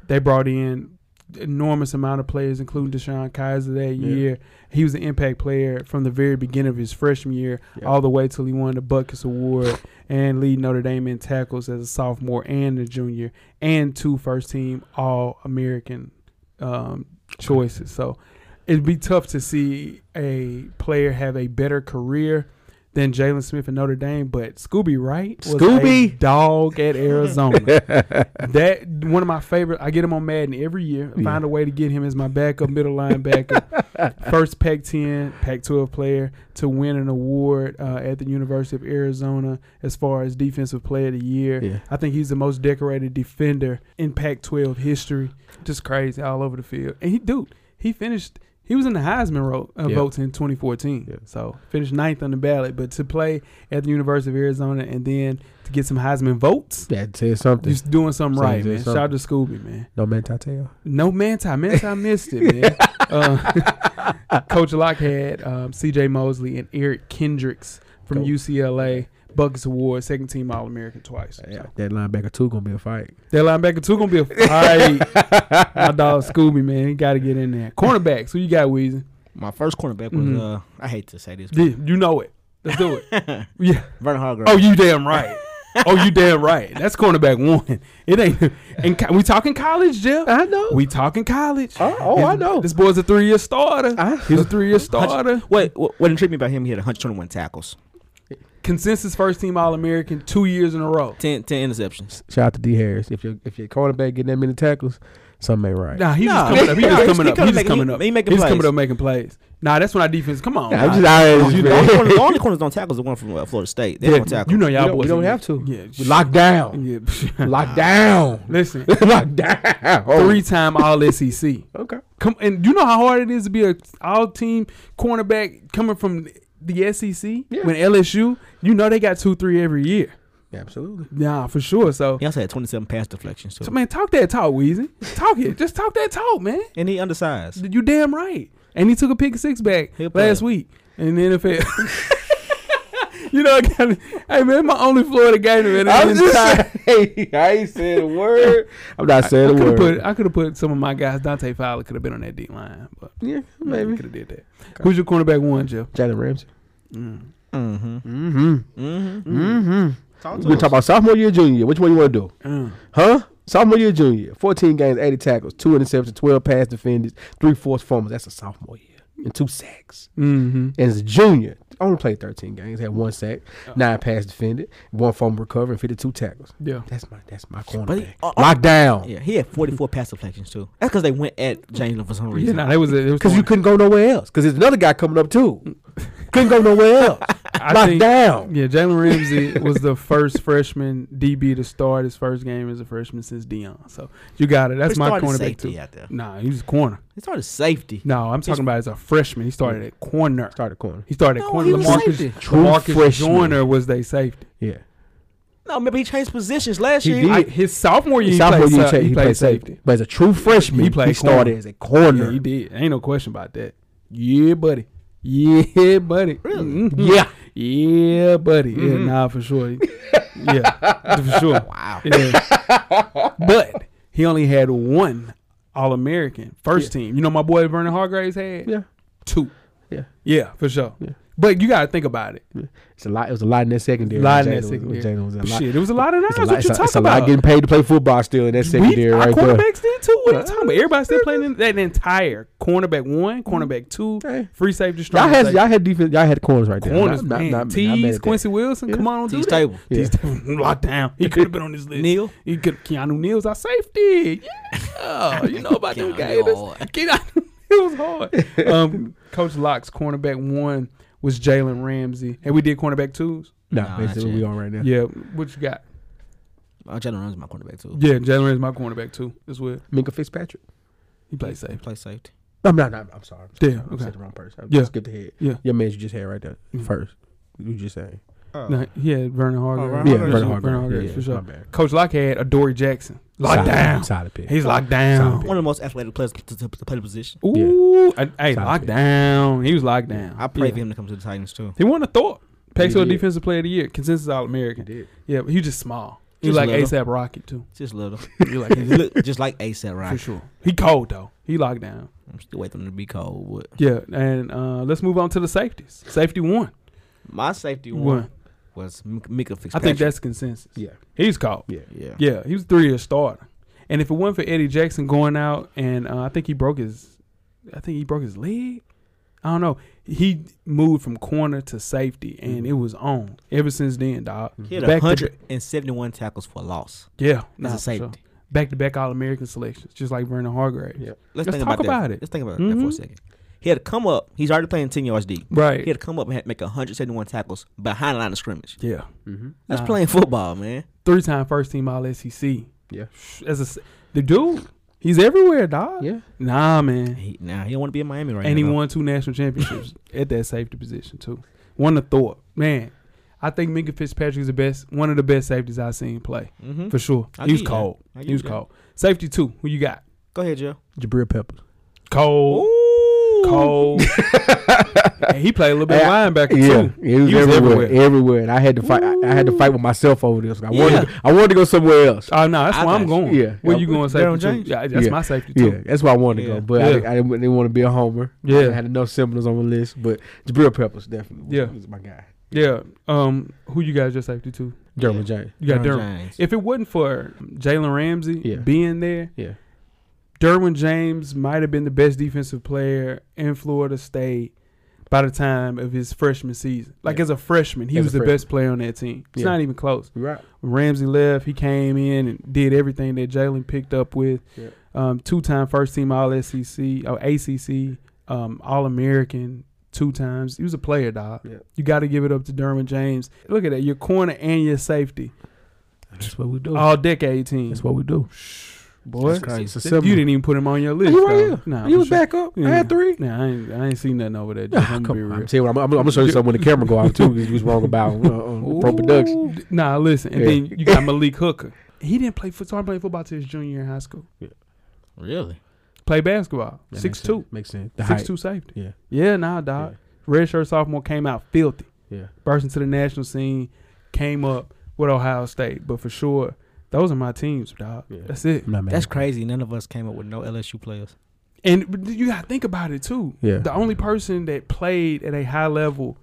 They brought in enormous amount of players, including Deshaun Kaiser that
Yeah.
year. He was an impact player from the very beginning of his freshman year
Yeah.
all the way till he won the Buckus Award and lead Notre Dame in tackles as a sophomore and a junior and two first team All American um, choices. So it'd be tough to see a player have a better career than Jalen Smith and Notre Dame, but Scooby Wright was a
Scooby.
dog at Arizona. that one of my favorite. I get him on Madden every year. I Find a way to get him as my backup middle linebacker, first Pac-10, Pac-12 player to win an award uh, at the University of Arizona as far as defensive player of the year.
Yeah.
I think he's the most decorated defender in Pac-12 history. Just crazy all over the field. And he, dude, he finished. He was in the Heisman ro- uh,
Yeah.
votes in 2014,
Yeah.
so finished ninth on the ballot. But to play at the University of Arizona and then to get some Heisman votes,
That says something.
you're doing something
Sounds
right,
like
man. Shout out to Scooby, man.
No man tail.
No Manti. Manti missed it, man. Uh, Coach Locke had um, C.J. Mosley and Eric Kendricks from
Go.
UCLA Buckets Award, second team All American twice.
Yeah.
So,
That linebacker two gonna be a fight.
that linebacker too gonna be a fight. My dog Scooby, man, he got to get in there. Cornerbacks, who you got, Weezy?
My first cornerback was.
Mhm.
Uh, I hate to say this.
Yeah, you know it. Let's do it. Yeah.
Vernon Hargrave.
Oh, you damn right. oh, you damn right. That's cornerback one. It ain't. And co- we talking college, Jeff.
I know.
We talking college.
Oh, oh,
This-
I know.
This boy's a three year starter.
I-
He's a three year starter.
Wait, what, what intrigued me about him? He had 121 tackles,
Consensus first team All American two years in a row.
10, 10 interceptions.
Shout out to D Harris. If your if your cornerback getting that many tackles, Some ain't right.
Nah, he's
Nah,
just coming up. He's
yeah,
just
he's-
coming
he
up.
coming
He's just
making-
coming
he-
up.
he making
He's coming
plays.
up making plays. Nah, that's when our defense. Come on.
I'm
nah.
just out
The
here,
only, corner, the
man.
only corners don't tackle is the one from uh, Florida State. They
Yeah,
don't tackle.
You know y'all
We don't-
boys.
we don't
are-
have to.
Yeah.
We
sh-
Lock down.
Yeah.
Lock down.
Listen,
Lock down. Oh.
three time All SEC.
Okay.
Come and you know how hard it is to be a all team cornerback coming from the SEC
Yeah.
when LSU. You know they got two, three every year.
Absolutely.
Nah, for sure. So,
He also had 27 pass deflections. too.
so man, talk that talk, Weezy. Talk it. Just talk that talk, man.
and he undersized.
You damn right. And he took a pick six back
He a player.
last week in the NFL. you know, I got, hey man, my only Florida game man.
I'm just saying. I ain't saying a word. I'm not
I
saying a
could have
word.
put I could have put some of my guys. Dante Fowler could have been on that D line, but
yeah,
maybe
maybe.
could have did that. Who's your cornerback one, Jeff?
Jalen Ramsey.
Mm.
Mm-hmm.
Mm-hmm.
Mm-hmm.
Mm-hmm.
Talk
We're gonna talk about sophomore year, junior year. Which one you want to do?
Mm.
Huh? Sophomore year, junior year. 14 games, 80 tackles, 2 interceptions, 12 pass defenders, 3 forced fumbles. That's a sophomore year. And 2 sacks.
Mm-hmm.
And as a junior, only played 13 games, had 1 sack, 9 pass defended, 1 fumble recovered, and 52 tackles.
Yeah.
That's my that's my
But he-
cornerback.
uh, uh,
Lockdown.
Yeah, he had 44 pass deflections too. That's because they went at Jalen for some
Yeah,
reason.
nah, that was it.
Because you couldn't go nowhere else. Because there's another guy coming up too. couldn't go nowhere else.
Mm. I think,
Lockdown.
Yeah, Jalen Ramsey was the first freshman DB to start his first game as a freshman since Dion. So you got it. That's
He
my
started
cornerback
safety
too.
Out there.
Nah, he was corner.
He started safety.
No, I'm talking about as a freshman. He started at corner.
Start a corner.
He started at
No,
corner.
he was
Lamarcus,
safety.
True
Lamarcus
freshman.
Joyner was their safety.
Yeah.
No, remember he changed positions last
He
year.
did.
I, his sophomore year,
Sophomore
he,
year,
played, sa-
he played safety. But as a true freshman,
He
he,
played
started
corner.
as a corner.
Yeah, he did. Ain't no question about that. Yeah, buddy. Yeah, buddy. Really?
Yeah. Mm-hmm.
Yeah, buddy. Yeah, nah, for sure. yeah, for sure. Wow. but he only had one All American first team. You know, my boy Vernon Hargraves had
Yeah.
two.
Yeah.
Yeah, for sure.
Yeah.
But you got to think about it.
It's a lot. It was a lot in that secondary.
Lot in that
when Jalen was-
secondary.
when Jalen was in a
But
lot.
Shit, it was a lot of
It's
nines.
a
What
lot,
you
it's a,
talking
it's a
about?
lot getting paid to play football still in that secondary
our
right there. Uh-huh.
quarterbacks did too. What are you talking about? Everybody still playing in that entire cornerback one, cornerback two,
Hey.
free safety, strong
Y'all had
safety.
y'all had defense. Y'all had corners right there.
corners,
Not- not-
man.
not- not mad at
Tease,
that.
Quincy Wilson,
Yeah.
come on, do
He's
that.
stable.
Yeah.
Tease Stable, locked down. He could have been on this list.
Neil?
he could. Keanu Neal's our safety. Yeah, Oh, you know about them
Keanu
guys.
hard.
Keanu Neal's hard. Um, Coach Locke's cornerback one was Jalen Ramsey, and we did cornerback twos.
Nah,
Nah,
basically
that's
we
it.
on right now.
Yeah, what you got?
Oh, Jalen Ramsey my quarterback too.
Yeah, Jalen Ramsey's my cornerback too as well.
Minka Fitzpatrick.
He plays safe.
Play safety.
No, I'm not. not- I'm sorry. I'm sorry.
Yeah,
I
okay.
said the wrong person. I
Yeah.
Just skipped ahead.
Yeah.
Your man you just had right there
Mhm.
first. You just saying.
No, he had Vernon Hargrave.
Vernon
yeah, Oh.
Hargraves.
Vernon
Vernon
Hargraves.
Hargraves,
Yeah,
for sure.
My bad.
Coach Locke had Adoree Jackson. Locked
Solid-
down.
Solid pick.
He's locked down.
Solid
One of the most athletic players to, to, to play the position.
Ooh, I, hey,
Solid
locked
pick.
down. He was locked down.
I pray
Yeah.
for him to come to the Titans too.
He won a Thor.
He
Paxo
did.
Defensive Player of the Year, consensus All
He
American.
did.
Yeah, but he just small. He
Just
like
little.
ASAP Rocket too,
Just little.
You like
He look just like ASAP
for
Rocky.
sure. He cold though. He locked down.
I'm still waiting for him to be cold. But
Yeah, and uh, let's move on to the safeties. Safety one.
my safety one,
One.
was M- Mika Fitzpatrick.
I think that's consensus.
Yeah.
He's called.
Yeah.
yeah.
Yeah, he was three year starter. And if it wasn't for Eddie Jackson going out, and uh, I think he broke his, I think he broke his leg. I don't know. He moved from corner to safety, and
Mhm.
it was on ever since then, dog.
Mm-hmm. He had
Back to-
171 tackles for a loss.
Yeah, nah,
That's
for
a safety.
sure. back to back All American selections, just like Vernon Hargrave.
Yeah.
Let's,
Let's
think
talk
about,
about
that.
it.
Let's think about that for a
Mhm.
second. He had to come up. He's already playing 10 yards deep. He
Right.
had to come up and had to make 171 tackles behind the line of scrimmage.
Yeah.
Mm-hmm.
That's
Nah.
playing football, man.
Three time first team All SEC.
Yeah.
E As a s- the dude, he's everywhere, dog.
Yeah.
Nah, man.
He, nah, he don't want to be in Miami right
and he
now. though.
won two national championships at that safety position too. One of Thor, man. I think Minka Fitzpatrick is the best, one of the best safeties I've seen play
Mhm.
for sure.
I
he was
give you that.
cold.
I give
He was
you that.
cold. Safety two. Who you got?
Go ahead, Joe.
Jabril Peppers.
Cold. Cold. and he played a little bit of linebacker
Yeah,
too.
it was,
He was
everywhere,
everywhere.
everywhere, And I had to fight. I, I had to fight with myself over this. I wanted,
Yeah.
to, I wanted to go somewhere else.
Oh no, that's
I
where I'm
think-
going.
yeah.
Where
Yeah,
you going?
Derrick
Safety two.
James?
Yeah, that's
Yeah.
my safety too.
Yeah, that's where I wanted
Yeah.
to go, but I,
Yeah.
didn't, I didn't, didn't want to be a homer.
Yeah.
I had enough symbols on my list, but Jabril Peppers definitely. Was,
Yeah.
was my guy.
Yeah. Um. Who you guys just safety to?
Derwin James.
You got
Derwin
Derwin.
James.
If it wasn't for Jalen Ramsey
Yeah.
being there,
Yeah,
Derwin James might have been the best defensive player in Florida State by the time of his freshman season. Like
Yeah.
as a freshman, he
As a
was the
freshman.
best player on that team. It's
Yeah.
not even close.
you right.
Ramsey left. He came in and did everything that Jalen picked up with.
Yeah.
um, two-time first-team All-SEC or ACC, um, All-American two times. He was a player, dog.
Yeah.
You got to give it up to Derwin James. Look at that, your corner and your safety,
That's what we do.
all-decade team.
That's what we do.
Boy,
That's crazy. It's a
Th-
symbol.
you didn't even put him on your list.
you right
though.
here.
Nah,
you
for
was
sure.
back up. I
Yeah.
had three. Ah,
Nah, I ain't, I ain't seen nothing over there. Jeff. I'm
Come
gonna be
on.
real.
I'm telling you, I'm, I'm gonna show you something when the camera go out too. 'cause You was wrong about uh, uh, pro production.
Ooh. Nah, listen. And
Yeah.
then you got Malik Hooker. He didn't play football. Started playing football till his junior year in high school.
Really?
Play basketball.
That
six
makes
two.
sense. Makes sense. The
Six
height.
two safety.
Yeah.
Yeah, nah, dog. Red shirt sophomore came out filthy.
Yeah.
Burst into the national scene, came up with Ohio State. But for sure, those are my teams, dog.
Yeah.
That's it.
I'm not mad.
That's crazy. None of us came up with no LSU players.
And but you gotta think about it too.
Yeah.
The only person that played at a high level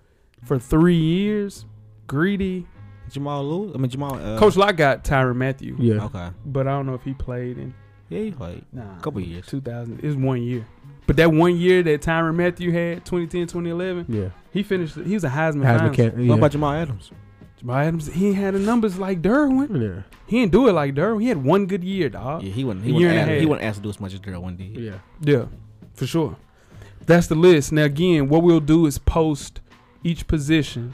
for three years, greedy.
Jamal Lewis. I mean Jamal. Uh,
Coach Locke got Tyron Matthew.
Yeah.
Okay.
But I don't know if he played in
Yeah, he played.
nah,
Couple years.
2000. It's one year. But that one year that Tyron Matthew had, 2010, 2011,
Yeah.
he finished. He was a Heisman.
Heisman
Heisman
can't.
What
Yeah.
about Jamal Adams?
Jamal Adams, he ain't had the numbers like Derwin.
Yeah.
He didn't do it like Derwin. He had one good year, dog.
Yeah, he wasn't. He
Year and
wasn't,
a
asked, he
half.
wasn't asked to do as much as Darrell did.
Yeah.
Yeah, for sure. That's the list. Now, again, what we'll do is post each position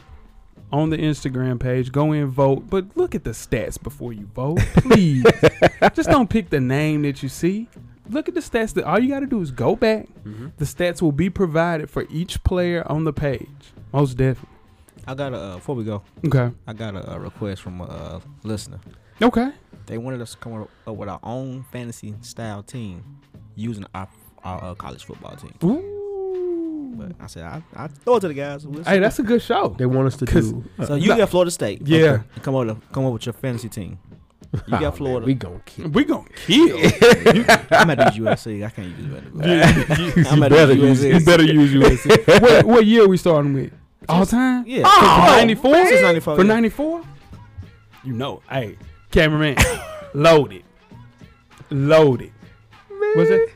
on the Instagram page. Go in, vote. But look at the stats before you vote, please. Just don't pick the name that you see. Look at the stats. That all you got to do is go back.
Mm-hmm.
The stats will be provided for each player on the page. Most definitely.
I got a uh, before we go.
Okay.
I got a, uh request from a uh, listener.
Okay.
They wanted us to come up- up with our own fantasy style team using our our uh, college football team.
Ooh.
But I said I I throw it to the guys. We'll see.
Hey, that's a good show.
They want us to
'Cause-
do.
so you got Florida State.
Yeah. Oh,
Okay. And come over to, come over with your fantasy team. You got Florida.
Oh, We gonna kill.
We gonna kill.
I'm at the USC. I can't use it.
you
I'm at
better
the
use
USC.
it.
You better use USC. what, what year we starting with? All time?
Yeah.
ninety four.
Since 94,
Oh, For
yeah.
ninety four? You know, hey, cameraman, loaded, loaded. What's that?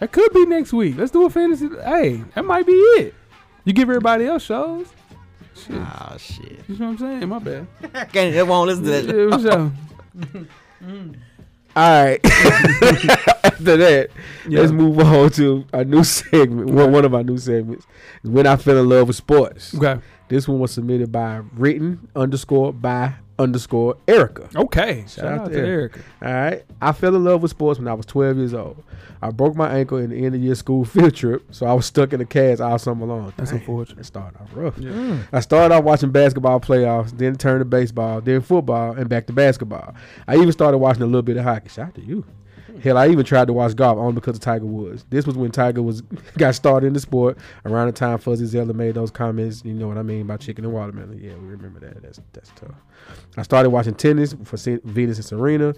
That could be next week. Let's do a fantasy. Hey, that might be it. You give everybody else shows. Shit,
Oh shit.
you know what I'm saying? My bad.
I can't. They won't listen to
Yeah,
that.
it was, uh,
All right. After that,
Yeah.
let's move on to our new segment. One, one of our new segments is when I fell in love with sports.
okay.
This one was submitted by written underscore by underscore Erica.
Okay. Shout,
out
out,
to
to Erica.
All right. I fell in love with sports when I was 12 years old. I broke my ankle in the end of year school field trip, so I was stuck in a cast all summer long.
That's
Dang,
unfortunate.
It started off rough.
Yeah.
I started off watching basketball playoffs, then turned to baseball, then football, and back to basketball. I even started watching a little bit of hockey. Shout out to you. Hell, I even tried to watch golf only because of Tiger Woods. This was when Tiger was got started in the sport around the time Fuzzy Zeller made those comments. You know what I mean about chicken and watermelon. Yeah, we remember that. That's that's tough. I started watching tennis for Se- Venus and Serena.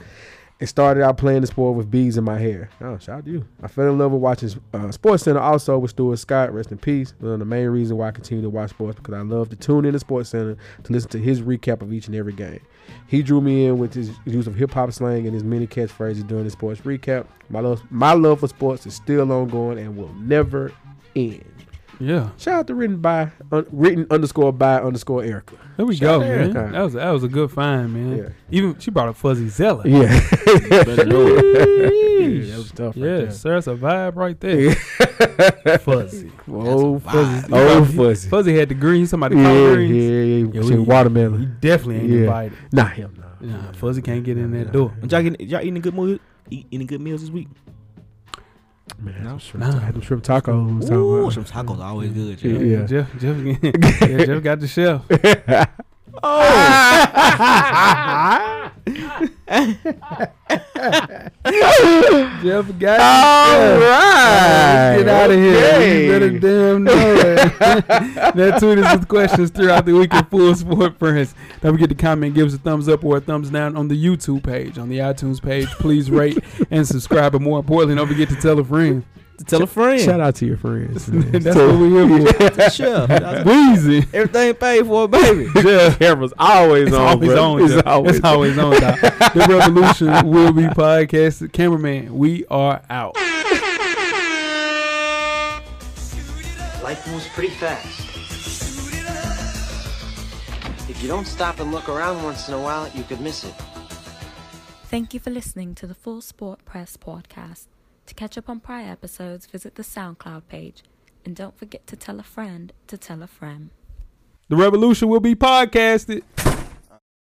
It started out playing the sport with bees in my hair. Oh, shout out to you. I fell in love with watching uh, Sports Center also with Stuart Scott, rest in peace. One of the main reason why I continue to watch sports because I love to tune in to Sports Center to listen to his recap of each and every game. He drew me in with his use of hip hop slang and his many catchphrases during the sports recap. My love, my love for sports is still ongoing and will never end.
Yeah.
Shout out to written by un, written underscore by underscore Erica.
There we
Shout
go,
out to
man.
Erica.
That was that was a good find, man.
Yeah.
Even she brought a fuzzy Zella.
Yeah,
Sheesh.
that was tough.
Yeah, sir, that's a vibe right there. Fuzzy.
old fuzzy,
That's
old fuzzy.
Fuzzy had the green. Somebody
Yeah,
called
yeah,
greens.
yeah, yeah.
Yeah,
Shit,
we- He
watermelon.
definitely ain't
Yeah.
invited.
Nah, him nah.
Nah, Fuzzy can't get in that
Yeah.
door.
Y'all getting y'all eating good meals? Eat, eating good meals this week?
Man,
No?
some shrimp, I
Nah.
had them shrimp tacos.
Ooh,
uh,
some tacos are always good.
Yeah.
Yeah.
Jeff, Jeff, yeah, Jeff got the chef.
Oh.
Jeff got
All
the chef.
right,
Get out of here. You better
okay.
damn know it. that tweet us with questions throughout the week at Full Sport Friends. Don't forget to comment, give us a thumbs up or a thumbs down on the YouTube page, on the iTunes page. Please rate and subscribe. But more importantly, don't forget to tell a friend.
Tell a friend.
Shout out to your friends. man.
That's what we're here for.
Sure.
Wheezy.
Everything paid for, baby.
The camera's always
It's
on.
always
brother.
on.
It's
Jeff.
always
It's always on. dog. the revolution will be podcasted. Cameraman, we are out.
Life moves pretty fast. If you don't stop and look around once in a while, you could miss it.
Thank you for listening to the Full Sport Press podcast. To catch up on prior episodes, visit the SoundCloud page. And don't forget to tell a friend to tell a friend.
The revolution will be podcasted.